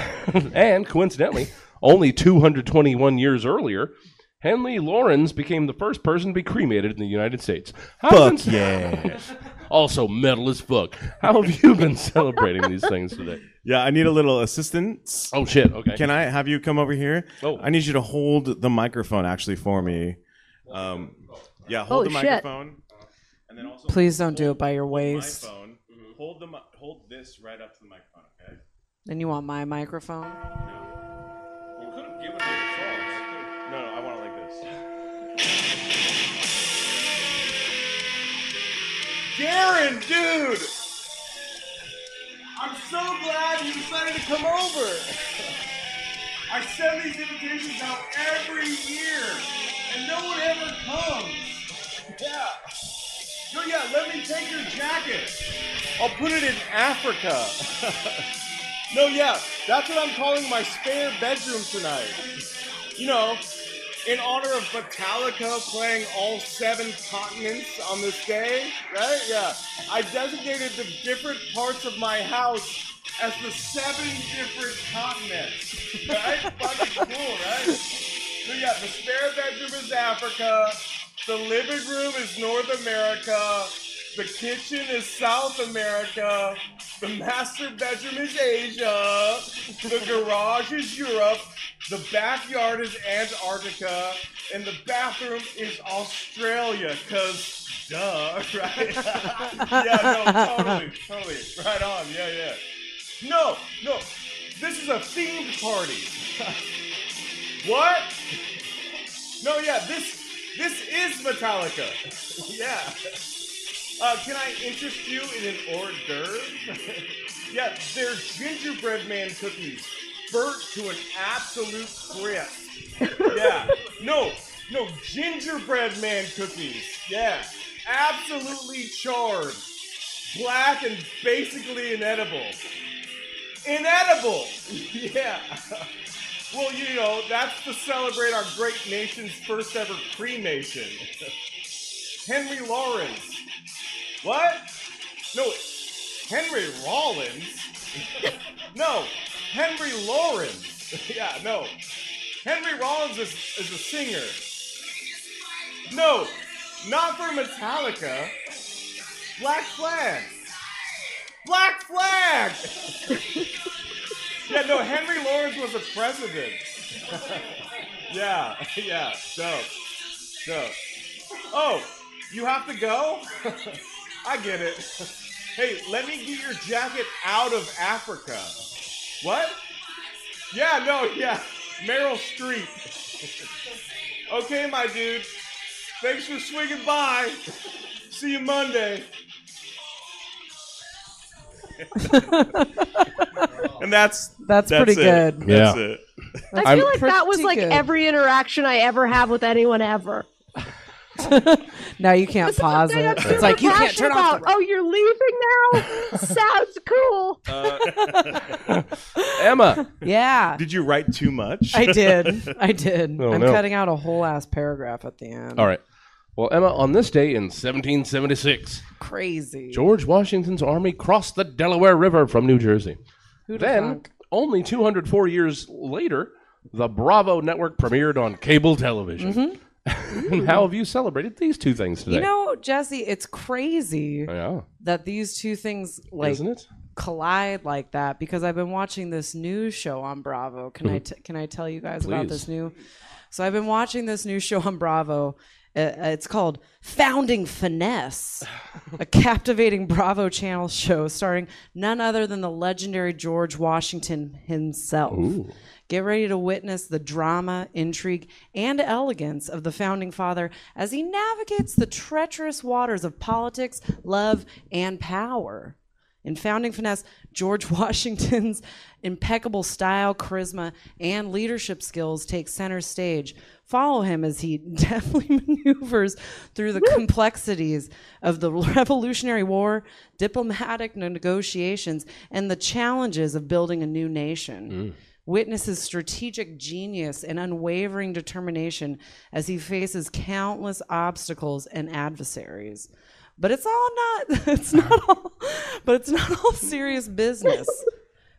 And coincidentally, only 221 years earlier, Henley Laurens became the first person to be cremated in the United States. How have Fuck been- yeah. Also, metal as fuck. How have you been celebrating these things today? Yeah, I need a little assistance. Oh shit! Okay. Can I have you come over here? Oh. I need you to hold the microphone actually for me. Um, yeah, hold Holy the shit. microphone. And then also Please don't do it by your my waist. phone. Hold the mi- hold this right up to the microphone, okay? And you want my microphone? You could have given me the songs. No, no, I want it like this. Darren, dude! I'm so glad you decided to come over. I send these invitations out every year, and no one ever comes. Yeah. No, yeah, let me take your jacket. I'll put it in Africa. no, yeah, that's what I'm calling my spare bedroom tonight. You know, in honor of Metallica playing all seven continents on this day, right? Yeah. I designated the different parts of my house as the seven different continents. Right? Fucking cool, right? So yeah, the spare bedroom is Africa, the living room is North America, the kitchen is South America, the master bedroom is Asia, the garage is Europe, the backyard is Antarctica, and the bathroom is Australia, cause duh, right? yeah, no, totally, totally. Right on, yeah, yeah. No, no, this is a themed party. what? No, yeah, this this is Metallica. yeah. Uh, can I interest you in an hors d'oeuvre? yeah, they're gingerbread man cookies, burnt to an absolute crisp. yeah. No, no, gingerbread man cookies. Yeah. Absolutely charred, black, and basically inedible. Inedible! yeah. Well, you know, that's to celebrate our great nation's first ever cremation. Henry Lawrence. What? No, Henry Rollins? no, Henry Lawrence. yeah, no. Henry Rollins is, is a singer. No, not for Metallica. Black Flag. Black Flag. yeah, no, Henry Lawrence was a president. yeah, yeah, dope, dope. Oh, you have to go? I get it. hey, let me get your jacket out of Africa. What? Yeah, no, yeah. Meryl Streep. okay, my dude. Thanks for swinging by. See you Monday. and that's That's pretty it. good. That's Yeah. it. I I'm- feel like that was Pretty like good. every interaction I ever have with anyone ever. Now you can't This is pause something it. I'm It's super like you can't turn passionate off. about. Oh, you're leaving now? Sounds cool. Emma. the- Yeah. Did you write too much? I did. I did. Oh, I'm no. cutting out a whole ass paragraph at the end. All right. Well, Emma, on this day in 1776, Crazy. George Washington's army crossed the Delaware River from New Jersey. Who'da Then, thunk? only 204 years later, the Bravo network premiered on cable television. and how have you celebrated these two things today? Mm-hmm. You know, Jesse, it's crazy yeah, that these two things like isn't it? collide like that because I've been watching this new show on Bravo. Can I t- can I tell you guys about Please. this new? So I've been watching this new show on Bravo. Uh, it's called Founding Finesse, a captivating Bravo Channel show starring none other than the legendary George Washington himself. Get ready to witness the drama, intrigue, and elegance of the founding father as he navigates the treacherous waters of politics, love, and power. In Founding Finesse, George Washington's impeccable style, charisma, and leadership skills take center stage. Follow him as he deftly maneuvers through the complexities of the Revolutionary War, diplomatic negotiations, and the challenges of building a new nation. Witnesses strategic genius and unwavering determination as he faces countless obstacles and adversaries but it's all not it's not all but it's not all serious business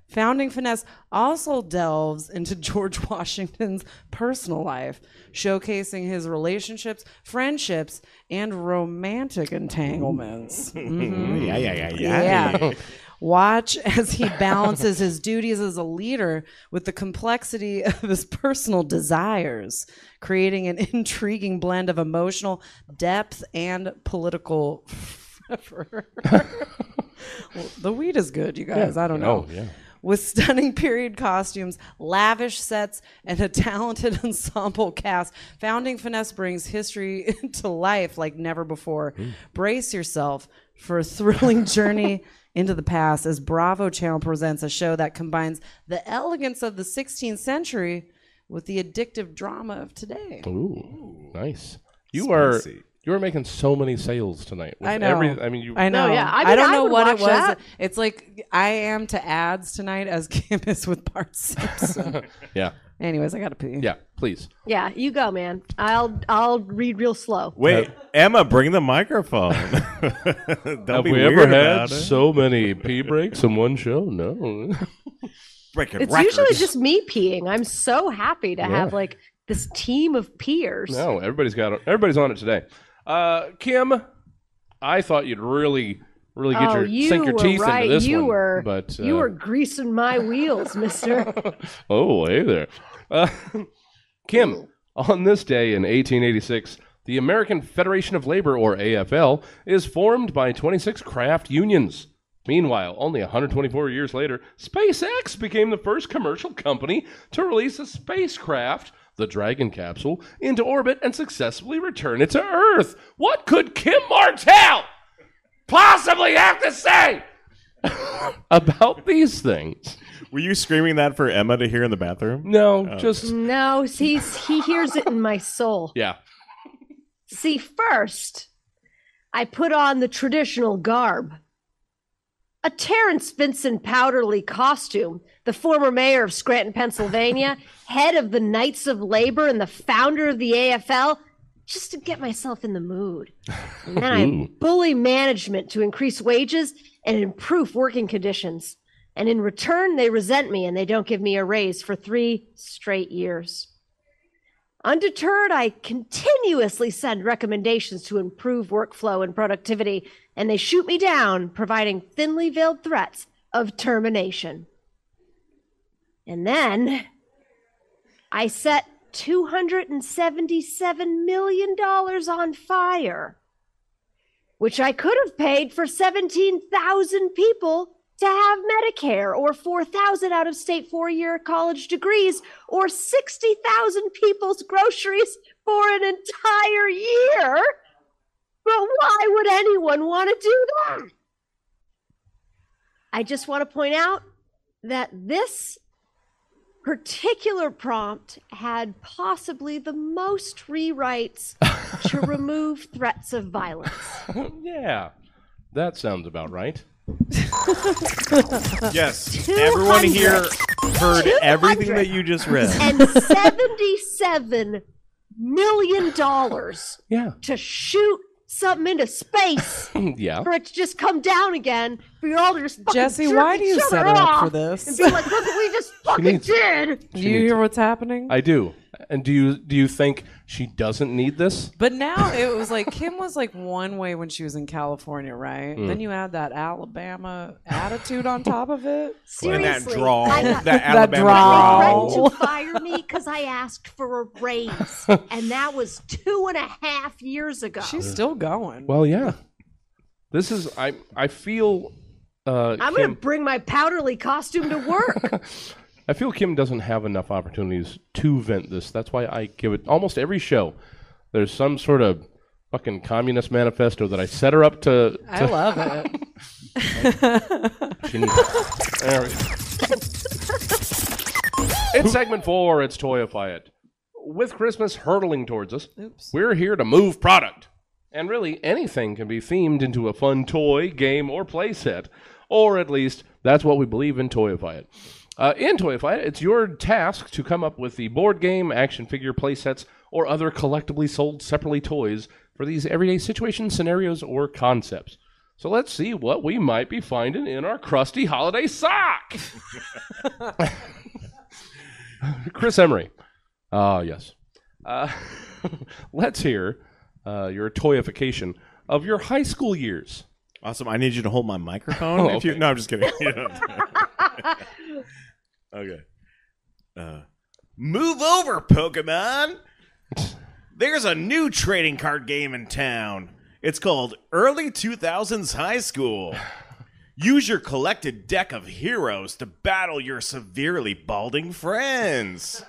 founding finesse also delves into george washington's personal life showcasing his relationships friendships and romantic entanglements yeah, yeah, yeah, yeah. Watch as he balances his duties as a leader with the complexity of his personal desires, creating an intriguing blend of emotional depth and political fervor. Well, the weed is good, you guys. I don't know. Oh, yeah. With stunning period costumes, lavish sets, and a talented ensemble cast, Founding Finesse brings history to life like never before. Hmm. Brace yourself for a thrilling journey into the past as Bravo Channel presents a show that combines the elegance of the 16th century with the addictive drama of today. Ooh, nice. You Spicy. are you are making so many sales tonight. with I know. Every, I mean, you. I know. yeah. I I, mean, don't I know would what it watch was. that. It's like I am to ads tonight as Kim is with Bart Simpson. Yeah, Anyways, I got to pee. yeah. Please. Yeah, you go, man. I'll I'll read real slow. Wait, Emma, bring the microphone. Don't Have we be weird ever had about it. so many pee breaks in one show? No. Breaking It's records. usually just me peeing. I'm so happy to have like this team of peers. No, everybody's got everybody's on it today. Uh, Kim, I thought you'd really, really get oh, your you sink your were teeth right. into this you one. were but you uh, were greasing my wheels, Mister. oh, hey there, uh, Kim. On this day in 1886, the American Federation of Labor, or AFL, is formed by 26 craft unions. Meanwhile, only 124 years later, SpaceX became the first commercial company to release a spacecraft, the Dragon capsule, into orbit and successfully return it to Earth. What could Kim Martell possibly have to say about these things? Oh. Were you screaming that for Emma to hear in the bathroom? No, just no, he's he hears it in my soul. yeah. See, first, I put on the traditional garb. A Terrence Vincent Powderly costume, the former mayor of Scranton, Pennsylvania, head of the Knights of Labor, and the founder of the AFL, just to get myself in the mood. And then I bully management to increase wages and improve working conditions. And in return, they resent me and they don't give me a raise for three straight years. Undeterred, I continuously send recommendations to improve workflow and productivity, and they shoot me down, providing thinly veiled threats of termination. And then I set $277 million on fire, which I could have paid for 17,000 people to have Medicare, or 4,000 out of state four year college degrees, or 60,000 people's groceries for an entire year. But why would anyone want to do that? I just want to point out that this particular prompt had possibly the most rewrites to remove threats of violence. yeah, that sounds about right. Yes. Everyone here heard everything 200. that you just read. And $77 million to Yeah, shoot something into space yeah. for it to just come down again for you all to just fucking Jesse, jerk why do you each other set her up off for this? And be like, look what we just fucking needs- did. Do you hear what's happening? I do. And do you do you think she doesn't need this? But now it was like Kim was like one way when she was in California, right? Mm. Then you add that Alabama attitude on top of it. And Seriously, that drawl, I that, got Alabama drawl. drawl. threatened to fire me because I asked for a raise, and that was two and a half years ago. She's still going. Well, yeah. This is I I feel uh, I'm Kim, gonna bring my powderly costume to work. I feel Kim doesn't have enough opportunities to vent this. That's why I give it almost every show. There's some sort of fucking communist manifesto that I set her up to. I love it. She needs- There we go. it's segment four. It's Toyify It. With Christmas hurtling towards us, Oops. we're here to move product. And really, anything can be themed into a fun toy, game, or playset. Or at least, that's what we believe in Toyify It. Uh, in Toyify It, it's your task to come up with the board game, action figure, playsets, or other collectively sold separately toys for these everyday situations, scenarios, or concepts. So let's see what we might be finding in our crusty holiday sock. Chris Emery. Ah, yes. Uh, let's hear uh, your toyification of your high school years. Awesome. I need you to hold my microphone. Oh, if you, okay. no, I'm just kidding. You don't- okay. Uh, move over, Pokemon. There's a new trading card game in town. It's called Early 2000s High School. Use your collected deck of heroes to battle your severely balding friends.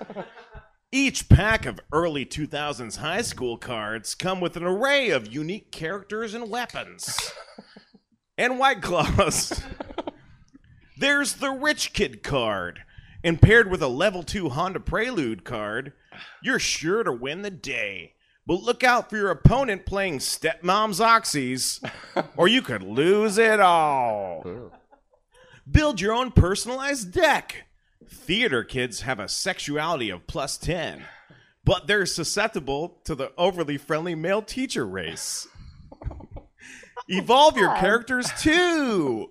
Each pack of early 2000s high school cards come with an array of unique characters and weapons. and white claws. There's the rich kid card. And paired with a level 2 Honda Prelude card, you're sure to win the day. But look out for your opponent playing Stepmom's Oxys, or you could lose it all. Build your own personalized deck. Theater kids have a sexuality of plus 10, but they're susceptible to the overly friendly male teacher race. Evolve your characters too.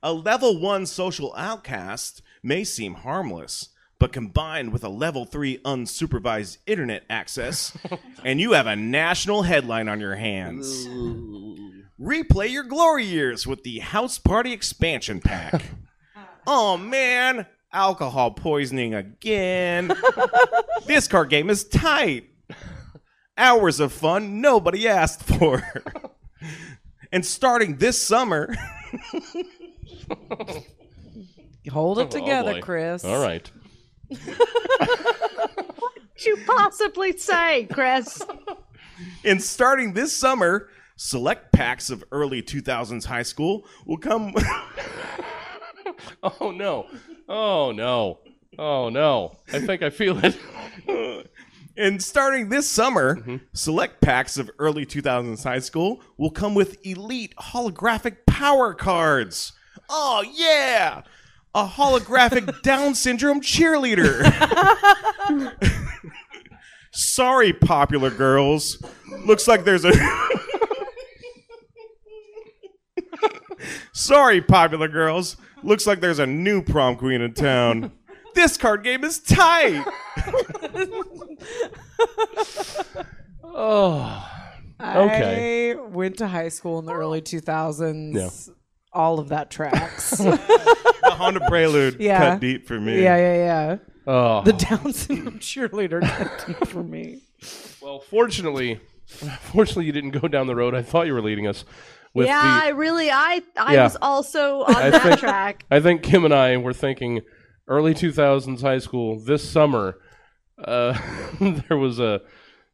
A level one social outcast may seem harmless, but combined with a level three unsupervised internet access, and you have a national headline on your hands. Replay your glory years with the House Party Expansion Pack. oh man, alcohol poisoning again. this card game is tight. Hours of fun nobody asked for. and starting this summer. Hold it together, oh, boy. Chris. All right. What you possibly say, Chris? And starting this summer, select packs of early 2000s high school will come. Oh no. Oh no. Oh no. I think I feel it. and starting this summer, select packs of early 2000s high school will come with elite holographic power cards. Oh, yeah! A holographic Down syndrome cheerleader. Sorry, popular girls. Looks like there's a. Sorry, popular girls. Looks like there's a new prom queen in town. This card game is tight. Oh, Okay. I went to high school in the early 2000s. Yeah. All of that tracks. the Honda Prelude Yeah. cut deep for me. Yeah, yeah, yeah. oh. The Down syndrome cheerleader got deep for me. well, fortunately, fortunately, you didn't go down the road I thought you were leading us. With yeah, the, I really, I, I Yeah. was also on I that think- track. I think Kim and I were thinking early 2000s high school this summer. Uh, there was a,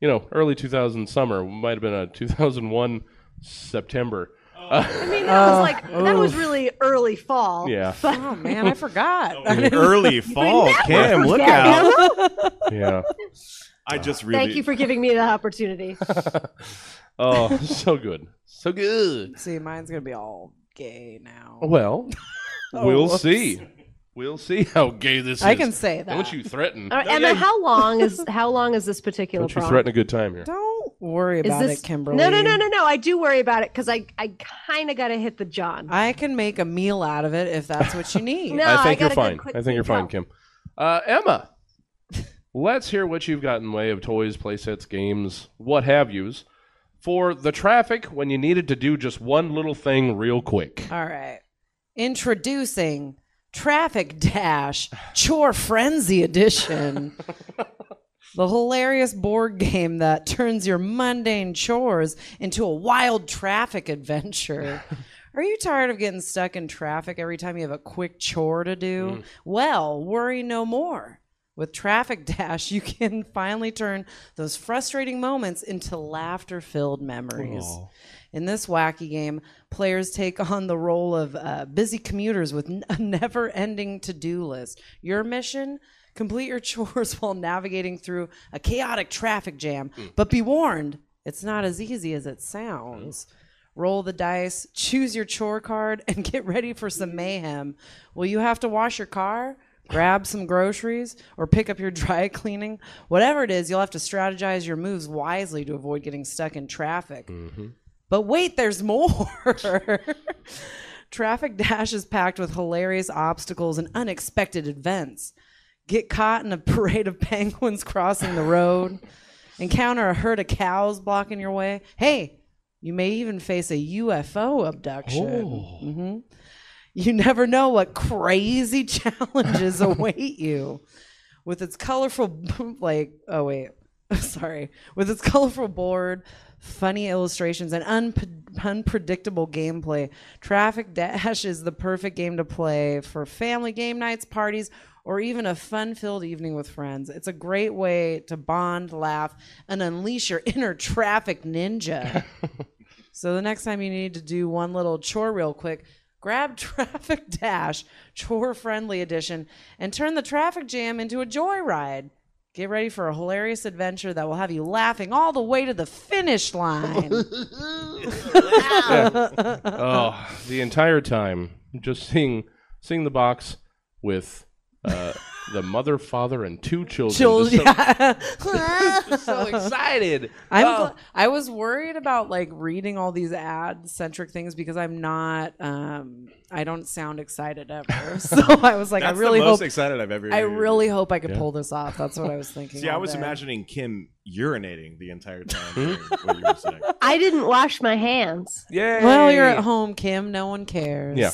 you know, early 2000 summer might have been a 2001 September. I mean, that was Oh, like that was oof. really early fall. Yeah, Oh man, I forgot. Oh, Early fall, Kim. Look out! Yeah. yeah. I just really. Thank you for giving me that opportunity. Oh, so good, so good. See, mine's gonna be all gay now. Well, Oh, we'll whoops. see. We'll see how gay this I is. can say that. Don't you threaten? All right, Emma, how long is how long is this particular Don't you problem? threaten a good time here. Don't worry is about this it, Kimberly. No, no, no, no, no. I do worry about it because I I kind of got to hit the John. I can make a meal out of it if that's what you need. No. I think I you're got a good fine. quick I think you're fine, Kim. Uh, Emma, let's hear what you've got in the way of toys, playsets, games, what have yous, for the traffic when you needed to do just one little thing real quick. All right. Introducing Traffic Dash Chore Frenzy Edition. the hilarious board game that turns your mundane chores into a wild traffic adventure. Are you tired of getting stuck in traffic every time you have a quick chore to do? Well, worry no more. With Traffic Dash, you can finally turn those frustrating moments into laughter filled memories. In this wacky game, players take on the role of uh, busy commuters with n- a never ending to do list. Your mission? Complete your chores while navigating through a chaotic traffic jam. But be warned, it's not as easy as it sounds. Roll the dice, choose your chore card, and get ready for some mayhem. Will you have to wash your car? grab some groceries or pick up your dry cleaning whatever it is you'll have to strategize your moves wisely to avoid getting stuck in traffic but wait, there's more. Traffic Dash is packed with hilarious obstacles and unexpected events. Get caught in a parade of penguins crossing the road, encounter a herd of cows blocking your way. Hey, you may even face a UFO abduction. hmm You never know what crazy challenges await you with its colorful like oh wait sorry with its colorful board funny illustrations and unp- unpredictable gameplay traffic dash is the perfect game to play for family game nights parties or even a fun-filled evening with friends it's a great way to bond laugh and unleash your inner traffic ninja so the next time you need to do one little chore real quick, grab Traffic Dash Chore Friendly Edition and turn the traffic jam into a joyride. Get ready for a hilarious adventure that will have you laughing all the way to the finish line. Oh, the entire time, just seeing seeing the box with uh, the mother, father, and two children. Jill, just so- yeah. so excited. I'm Oh. gl- I was worried about like reading all these ad centric things because I'm not um I don't sound excited ever. So I was like That's I really the most hope excited I've ever. I really hope I could Yeah. pull this off. That's what I was thinking. See, I all was day. imagining Kim urinating the entire time. during what you were saying. I didn't wash my hands. Yay. Well, you're at home, Kim. No one cares. Yeah.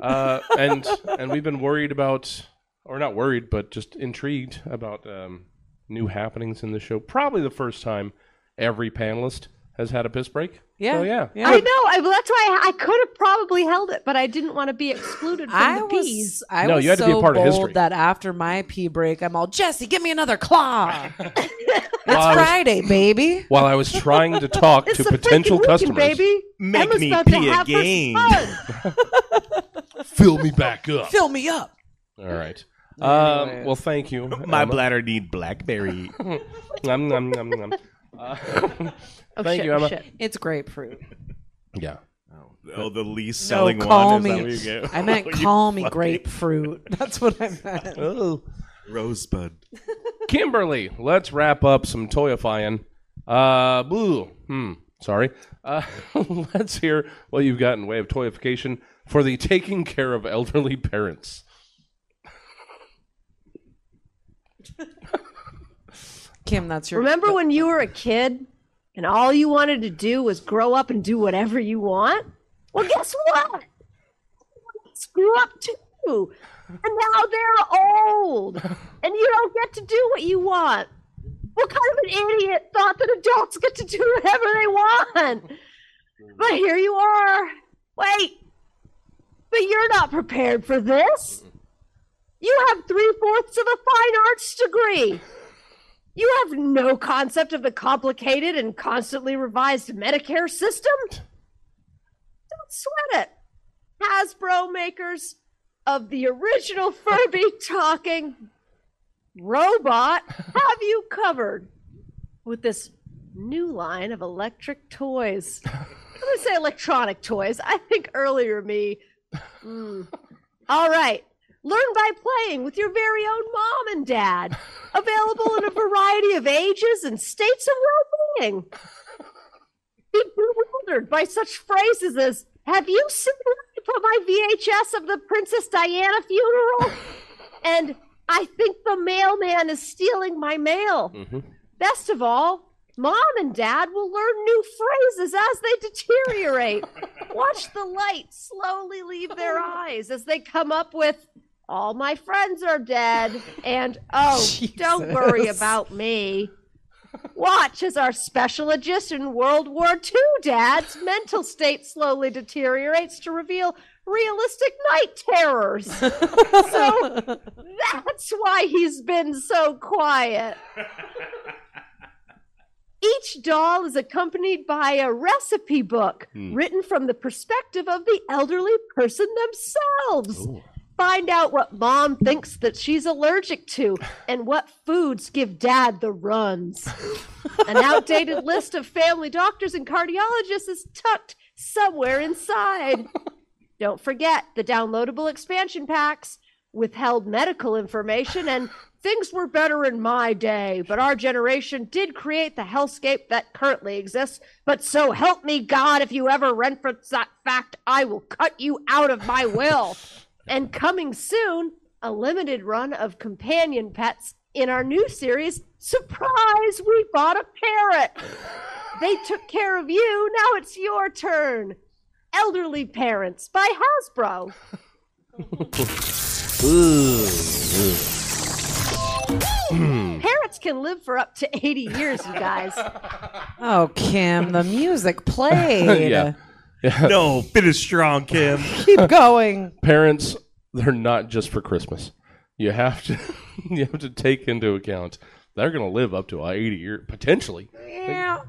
uh, and and we've been worried about, or not worried, but just intrigued about um, new happenings in the show. Probably the first time every panelist has had a piss break. Yeah. So, yeah. Oh, Yeah. I know. I, well, that's why I, I could have probably held it, but I didn't want to be excluded from I the peas. was, I No, was you had to so be a part of bold history. that after my pee break, I'm all Jesse, give me another claw. it's While I, was, Friday, baby. while I was trying to talk It's to the potential freaking customers, weekend, baby. Make Emma's me about pee to have her again. fun. fill me back up. Fill me up. All right. Um, Anyways. well, thank you. My Emma. bladder need blackberry. Nom, nom, nom, nom. Uh, Oh, Thank shit, you, Emma. Shit. It's grapefruit. yeah. oh, the least selling no, call one. me. Is that what you get? Oh, I meant You call me fucking- grapefruit. That's what I meant. Oh. Rosebud. Kimberly, let's wrap up some toyifying. Uh, boo. Hmm. Sorry. Uh, let's hear what you've got in way of toyification for the taking care of elderly parents. Kim, that's your Remember when you were a kid and all you wanted to do was grow up and do whatever you want? Well, guess what? Screw up too. And now they're old and you don't get to do what you want. What kind of an idiot thought that adults get to do whatever they want? But here you are. Wait. But you're not prepared for this. You have three fourths of a fine arts degree. You have no concept of the complicated and constantly revised Medicare system? Don't sweat it. Hasbro makers of the original Furby talking robot have you covered with this new line of electric toys. I'm going to say electronic toys. I think earlier me. mm. All right. Learn by playing with your very own mom and dad. Available in a variety of ages and states of well being. Be bewildered by such phrases as Have you seen for my VHS of the Princess Diana funeral? and I think the mailman is stealing my mail. Best of all, mom and dad will learn new phrases as they deteriorate. Watch the light slowly leave their eyes as they come up with, all my friends are dead, and oh, don't worry Jesus. about me. Watch as our special edition World War II dad's mental state slowly deteriorates to reveal realistic night terrors. so that's why he's been so quiet. Each doll is accompanied by a recipe book written from the perspective of the elderly person themselves. Find out what mom thinks that she's allergic to and what foods give dad the runs. An outdated list of family doctors and cardiologists is tucked somewhere inside. Don't forget the downloadable expansion packs, withheld medical information, and things were better in my day, but our generation did create the hellscape that currently exists. But so help me God, if you ever reference that fact, I will cut you out of my will. and coming soon, a limited run of companion pets in our new series. Surprise, we bought a parrot. They took care of you. Now it's your turn. Elderly Parents by Hasbro. Parrots can live for up to 80 years, you guys. Oh, Kim, the music played. Yeah. no, finish strong, Kim. Keep going. Parents, they're not just for Christmas. You have to you have to take into account they're going to live up to 80 years potentially. Yeah.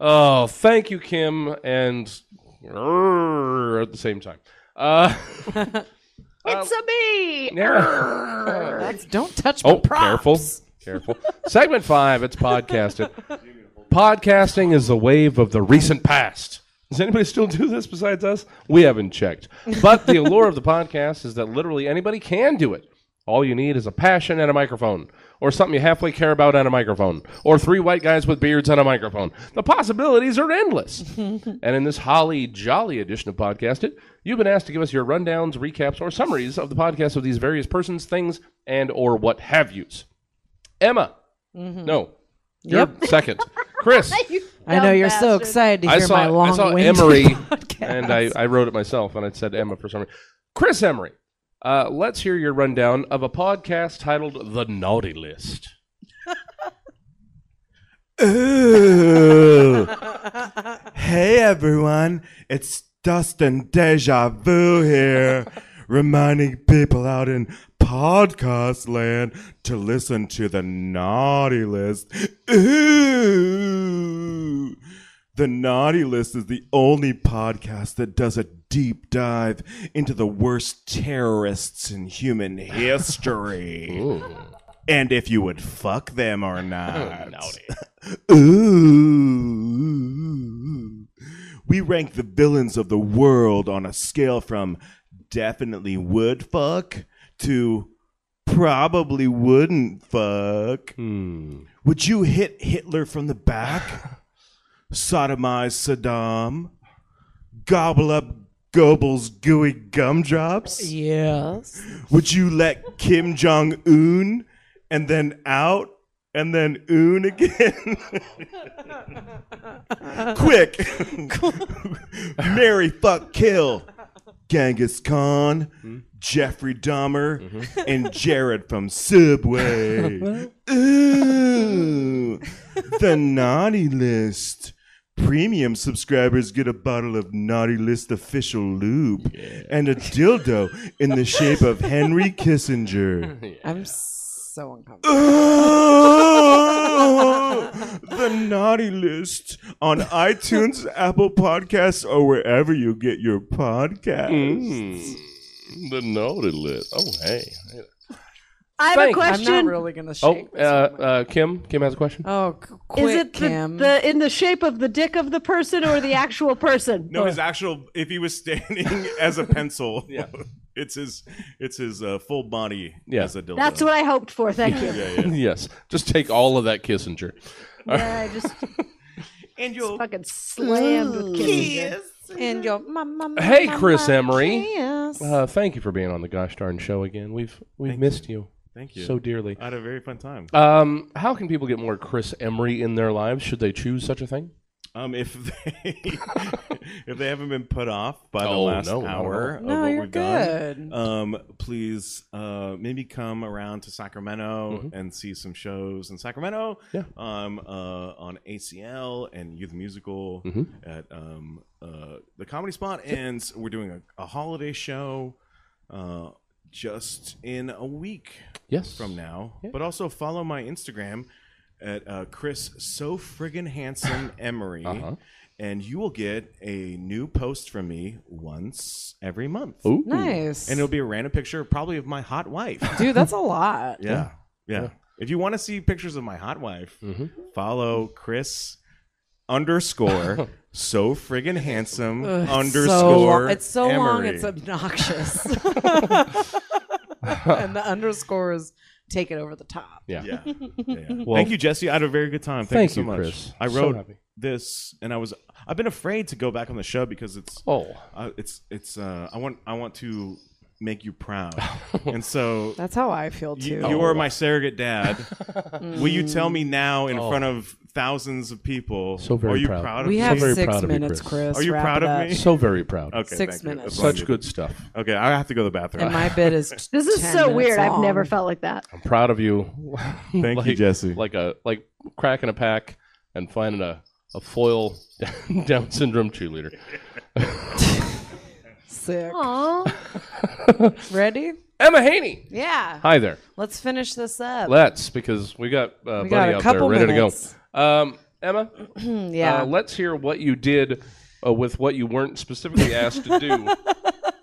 Oh, thank you, Kim, and grrr at the same time. Uh, It's a me. That's, don't touch my oh, props. careful, careful. Segment five. It's podcasted. Podcasting is the wave of the recent past. Does anybody still do this besides us? We haven't checked. But the allure of the podcast is that literally anybody can do it. All you need is a passion and a microphone, or something you halfway care about and a microphone, or three white guys with beards and a microphone. The possibilities are endless. and in this holly jolly edition of Podcasted, you've been asked to give us your rundowns, recaps, or summaries of the podcast of these various persons, things, and or what have yous. Emma, no, you're second. Chris, I know you're so Dumb bastard. excited to I hear saw, my long I saw winded Emery, podcast. and I, I wrote it myself, and I said Emma for some reason. Chris Emery, uh, let's hear your rundown of a podcast titled "The Naughty List." Ooh. hey everyone, it's Dustin Deja Vu here, reminding people out in podcast land to listen to the naughty list. Ooh. The Naughty List is the only podcast that does a deep dive into the worst terrorists in human history. And if you would fuck them or not. Ooh. We rank the villains of the world on a scale from definitely would fuck to probably wouldn't fuck. Hmm. Would you hit Hitler from the back? Sodomize Saddam? Gobble up Goebbels gooey gumdrops? Yes. Would you let Kim Jong Un and then out and then Un again? Quick! Mary, fuck, kill. Genghis Khan, Jeffrey Dahmer, and Jared from Subway. Ooh, the naughty list. Premium subscribers get a bottle of Naughty List official lube and a dildo in the shape of Henry Kissinger. I'm so uncomfortable. Ooh, the Naughty List on iTunes, Apple Podcasts, or wherever you get your podcasts. Mm-hmm. Mm, the naughty list. Oh, hey. I have a Thank- question. I'm not really gonna Oh, shake. uh, uh, Kim. Kim has a question. oh, c- quick, Is it the, Kim. the in the shape of the dick of the person or the actual person? No, his actual if he was standing as a pencil, Yeah. it's his it's his uh, full body Yeah. as a dildo. That's what I hoped for. Thank you. yeah, yeah. yes. Just take all of that Kissinger. Yeah, I just And you'll fucking slammed with Kissinger. and your mama. Hey, Chris Emery. Yes. Uh, thank you for being on the gosh darn show again. We've we've missed you, thank you. so dearly. I had a very fun time. Um, how can people get more Chris Emery in their lives? Should they choose such a thing? Um, if they if they haven't been put off by the Oh, last no, no, hour of no, what you're we've done, good. um, please uh, maybe come around to Sacramento and see some shows in Sacramento. Mm-hmm. Yeah. Um, uh, on ACL and Youth Musical Mhm. at um, uh, the Comedy Spot, and s- we're doing a, a holiday show uh, just in a week Yes. from now. Yeah. But also follow my Instagram at uh, Chris so friggin' handsome Emery. Uh-huh. And you will get a new post from me once every month. Ooh. Nice. And it'll be a random picture, probably of my hot wife. Dude, that's a lot. Yeah. Yeah. If you want to see pictures of my hot wife, Mhm. follow Chris underscore so friggin' handsome Ugh, it's so underscore. long- it's so long, Emery. it's obnoxious. and the underscore is take it over the top. Yeah. Yeah. Yeah, yeah. Well, thank you, Jesse. I had a very good time. Thank Thank, you so you, much. Chris. I So wrote happy. this, and I was I've been afraid to go back on the show because it's Oh. uh, it's it's uh, I want I want to make you proud, and so That's how I feel too. you, you are Oh. my surrogate dad. Will you tell me now in front of thousands of people? So very are you proud. proud, of we me? have very proud six of you, minutes, Chris. Chris. Are you Wrap proud it of up. me? So very proud. Okay, Six thank you. minutes. That's all I Such need. good stuff. Okay, I have to go to the bathroom. And my bit is This is 10 so minutes weird. I've long. never felt like that. I'm proud of you. Thank you, Jesse. Like a like cracking a pack and finding a a foil Down syndrome cheerleader. sick. Aw. Ready? Emma Haney. Yeah. Hi there. Let's finish this up. Let's because we got uh, We got Buddy a out there couple ready minutes. to go. Um, Emma, Hmm, yeah. uh, let's hear what you did uh, with what you weren't specifically asked to do.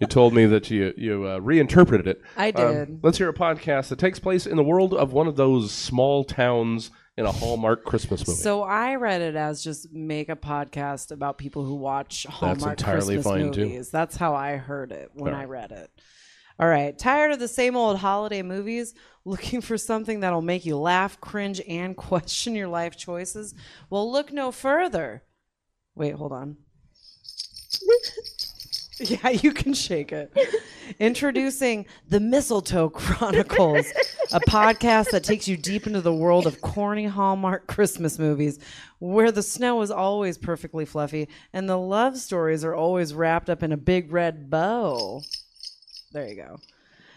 You told me that you you uh, reinterpreted it. I Um, did. let's hear a podcast that takes place in the world of one of those small towns in a Hallmark Christmas movie. So I read it as just make a podcast about people who watch Hallmark entirely Christmas fine, too. movies. That's how I heard it when All right. I read it. All right, tired of the same old holiday movies? Looking for something that'll make you laugh, cringe, and question your life choices? Well, look no further. Wait, hold on. Yeah, you can shake it. Introducing The Mistletoe Chronicles, a podcast that takes you deep into the world of corny Hallmark Christmas movies where the snow is always perfectly fluffy and the love stories are always wrapped up in a big red bow. There you go.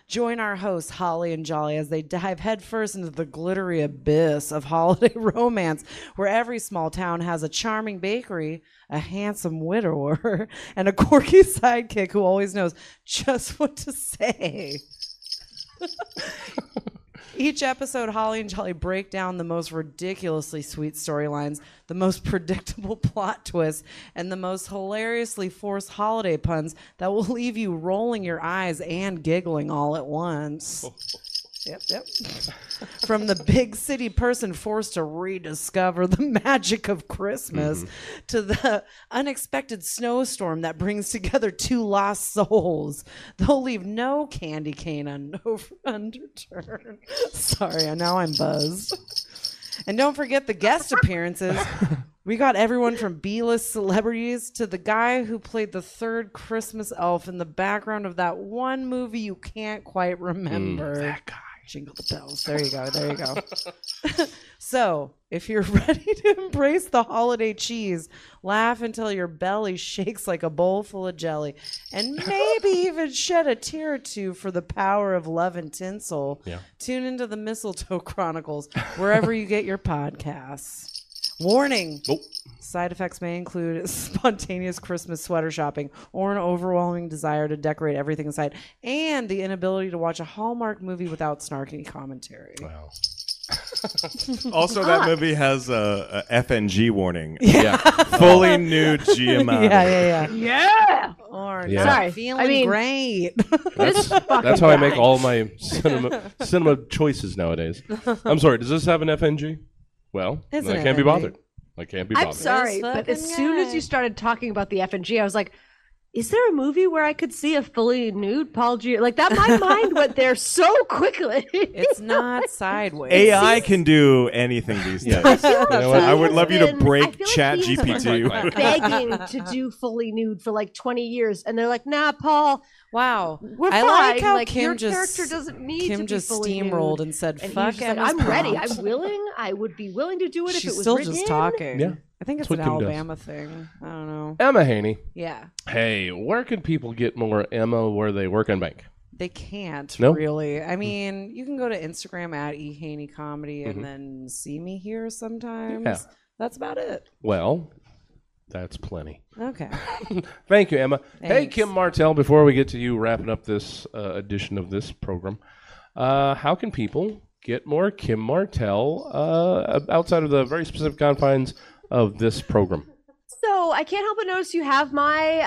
Join our hosts, Holly and Jolly, as they dive headfirst into the glittery abyss of holiday romance, where every small town has a charming bakery, a handsome widower, and a quirky sidekick who always knows just what to say. Each episode, Holly and Jolly break down the most ridiculously sweet storylines, the most predictable plot twists, and the most hilariously forced holiday puns that will leave you rolling your eyes and giggling all at once. Yep, yep. From the big city person forced to rediscover the magic of Christmas to the unexpected snowstorm that brings together two lost souls, they'll leave no candy cane un- underturned. Sorry, now I'm buzzed. And don't forget the guest appearances We got everyone from B list celebrities to the guy who played the third Christmas elf in the background of that one movie you can't quite remember. Mm, that guy. Jingle the bells. There you go. There you go. so, if you're ready to embrace the holiday cheese, laugh until your belly shakes like a bowl full of jelly, and maybe even shed a tear or two for the power of love and tinsel, Yeah. tune into the Mistletoe Chronicles wherever you get your podcasts. Warning. Oh. Side effects may include spontaneous Christmas sweater shopping or an overwhelming desire to decorate everything in sight and the inability to watch a Hallmark movie without snarky commentary. Wow. Also, that movie has a, a FNG warning. Yeah. Fully nude Giamatti. Yeah, yeah, yeah. Yeah. Or Yeah. not Sorry. feeling I mean- great. This That's how I make all my cinema cinema choices nowadays. I'm sorry. Does this have an FNG? Well, I Isn't it, can't be Andy? bothered. I can't be I'm bothered. sorry, but as fucking soon as guy. you started talking about the FNG, I was like, is there a movie where I could see a fully nude Paul G? Like that, my mind went there so quickly. It's not sideways. AI can do anything these days. Yeah. You know what? I would love you to been- I break feel like Chat he has been- GPT. begging to do fully nude for like 20 years, and they're like, nah, Paul, Wow. we're I fine. like how Kim your just character doesn't need to Kim be just fully steamrolled nude. and said, And he was fuck just like, Emma's I'm ready. prompt." I'm willing. I would be willing to do it if it She's was still written. just talking. Yeah. I think it's That's an what Kim does. Alabama thing. I don't know. Emma Haney. Yeah. Hey, where can people get more Emma where they work and bank? They can't No? really. Hmm. I mean, you can go to Instagram at ehaney comedy and then see me here sometimes. Mm-hmm. Yeah. That's about it. Well, that's plenty. Okay. Thank you, Emma. Hey, Thanks. Kim Martell, before we get to you wrapping up this uh, edition of this program, uh, how can people get more Kim Martell uh, outside of the very specific confines of this program? So I can't help but notice you have my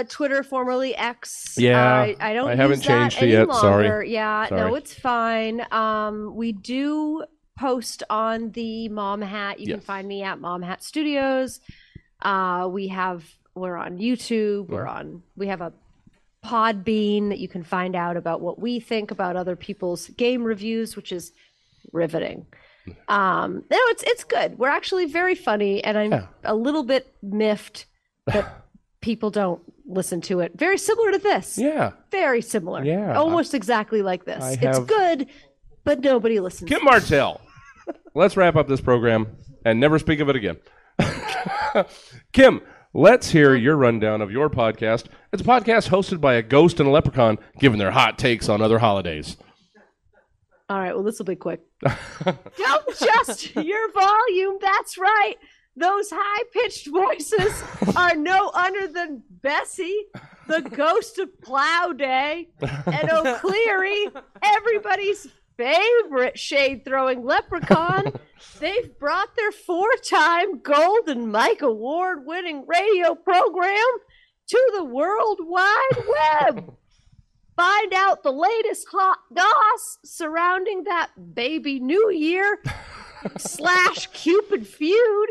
uh, Twitter, formerly X. Yeah, Uh, I don't. I haven't use that changed it any yet, sorry. longer. Yeah. No, Sorry. it's fine. Um, we do post on the Mom Hat. You can Yes. find me at Mom Hat Studios. Uh, we have. We're on YouTube. We're on. We have a Podbean that you can find out about what we think about other people's game reviews, which is riveting. Mm-hmm. Um, no, it's it's good. We're actually very funny, and I'm Yeah. a little bit miffed that people don't listen to it. Very similar to this. Yeah. Very similar. Yeah. Almost exactly like this. I It's have- good, but nobody listens. Kim Martell, let's wrap up this program and never speak of it again. Kim, let's hear your rundown of your podcast. It's a podcast hosted by a ghost and a leprechaun giving their hot takes on other holidays. All right, well, this will be quick. Don't just your volume. That's right. Those high pitched voices are no other than Bessie, the ghost of Plow Day, and O'Cleary, everybody's favorite shade throwing leprechaun. They've brought their four time Gold and Mike Award winning radio program to the World Wide Web find out the latest hot goss surrounding that baby new year slash cupid feud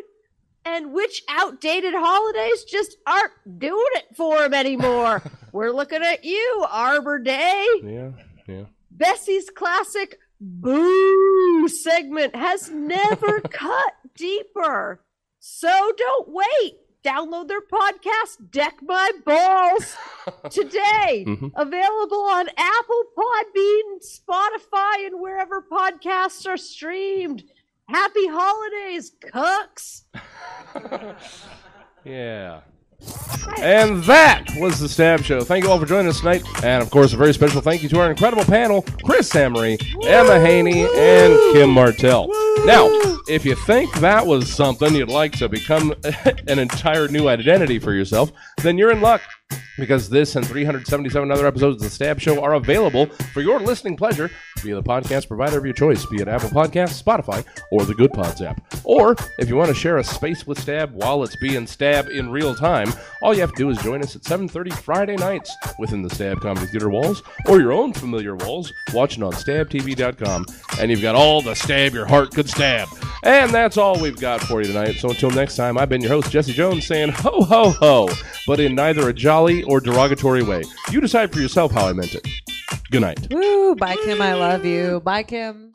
and which outdated holidays just aren't doing it for him anymore we're looking at you arbor day Yeah. Yeah. Bessie's classic boo segment has never cut deeper. So don't wait. Download their podcast, Deck My Balls, today. Mhm. Available on Apple, Podbean, Spotify, and wherever podcasts are streamed. Happy holidays, cooks. Yeah. And that was the Stab Show. Thank you all for joining us tonight. And of course, a very special thank you to our incredible panel Chris Emery, Emma Haney, and Kim Martell. Now, if you think that was something you'd like to become an entire new identity for yourself, then you're in luck because this and 377 other episodes of The Stab Show are available for your listening pleasure via the podcast provider of your choice, be it Apple Podcasts, Spotify, or the Good Pods app. Or if you want to share a space with Stab while it's being Stab in real time, all you have to do is join us at 7.30 Friday nights within the Stab Comedy Theater walls or your own familiar walls watching on StabTV.com. And you've got all the Stab your heart could stab. And that's all we've got for you tonight. So until next time, I've been your host, Jesse Jones, saying ho, ho, ho, but in neither a jolly or derogatory way. You decide for yourself how I meant it. Good night. Woo. Bye, Kim. I love you. Bye, Kim.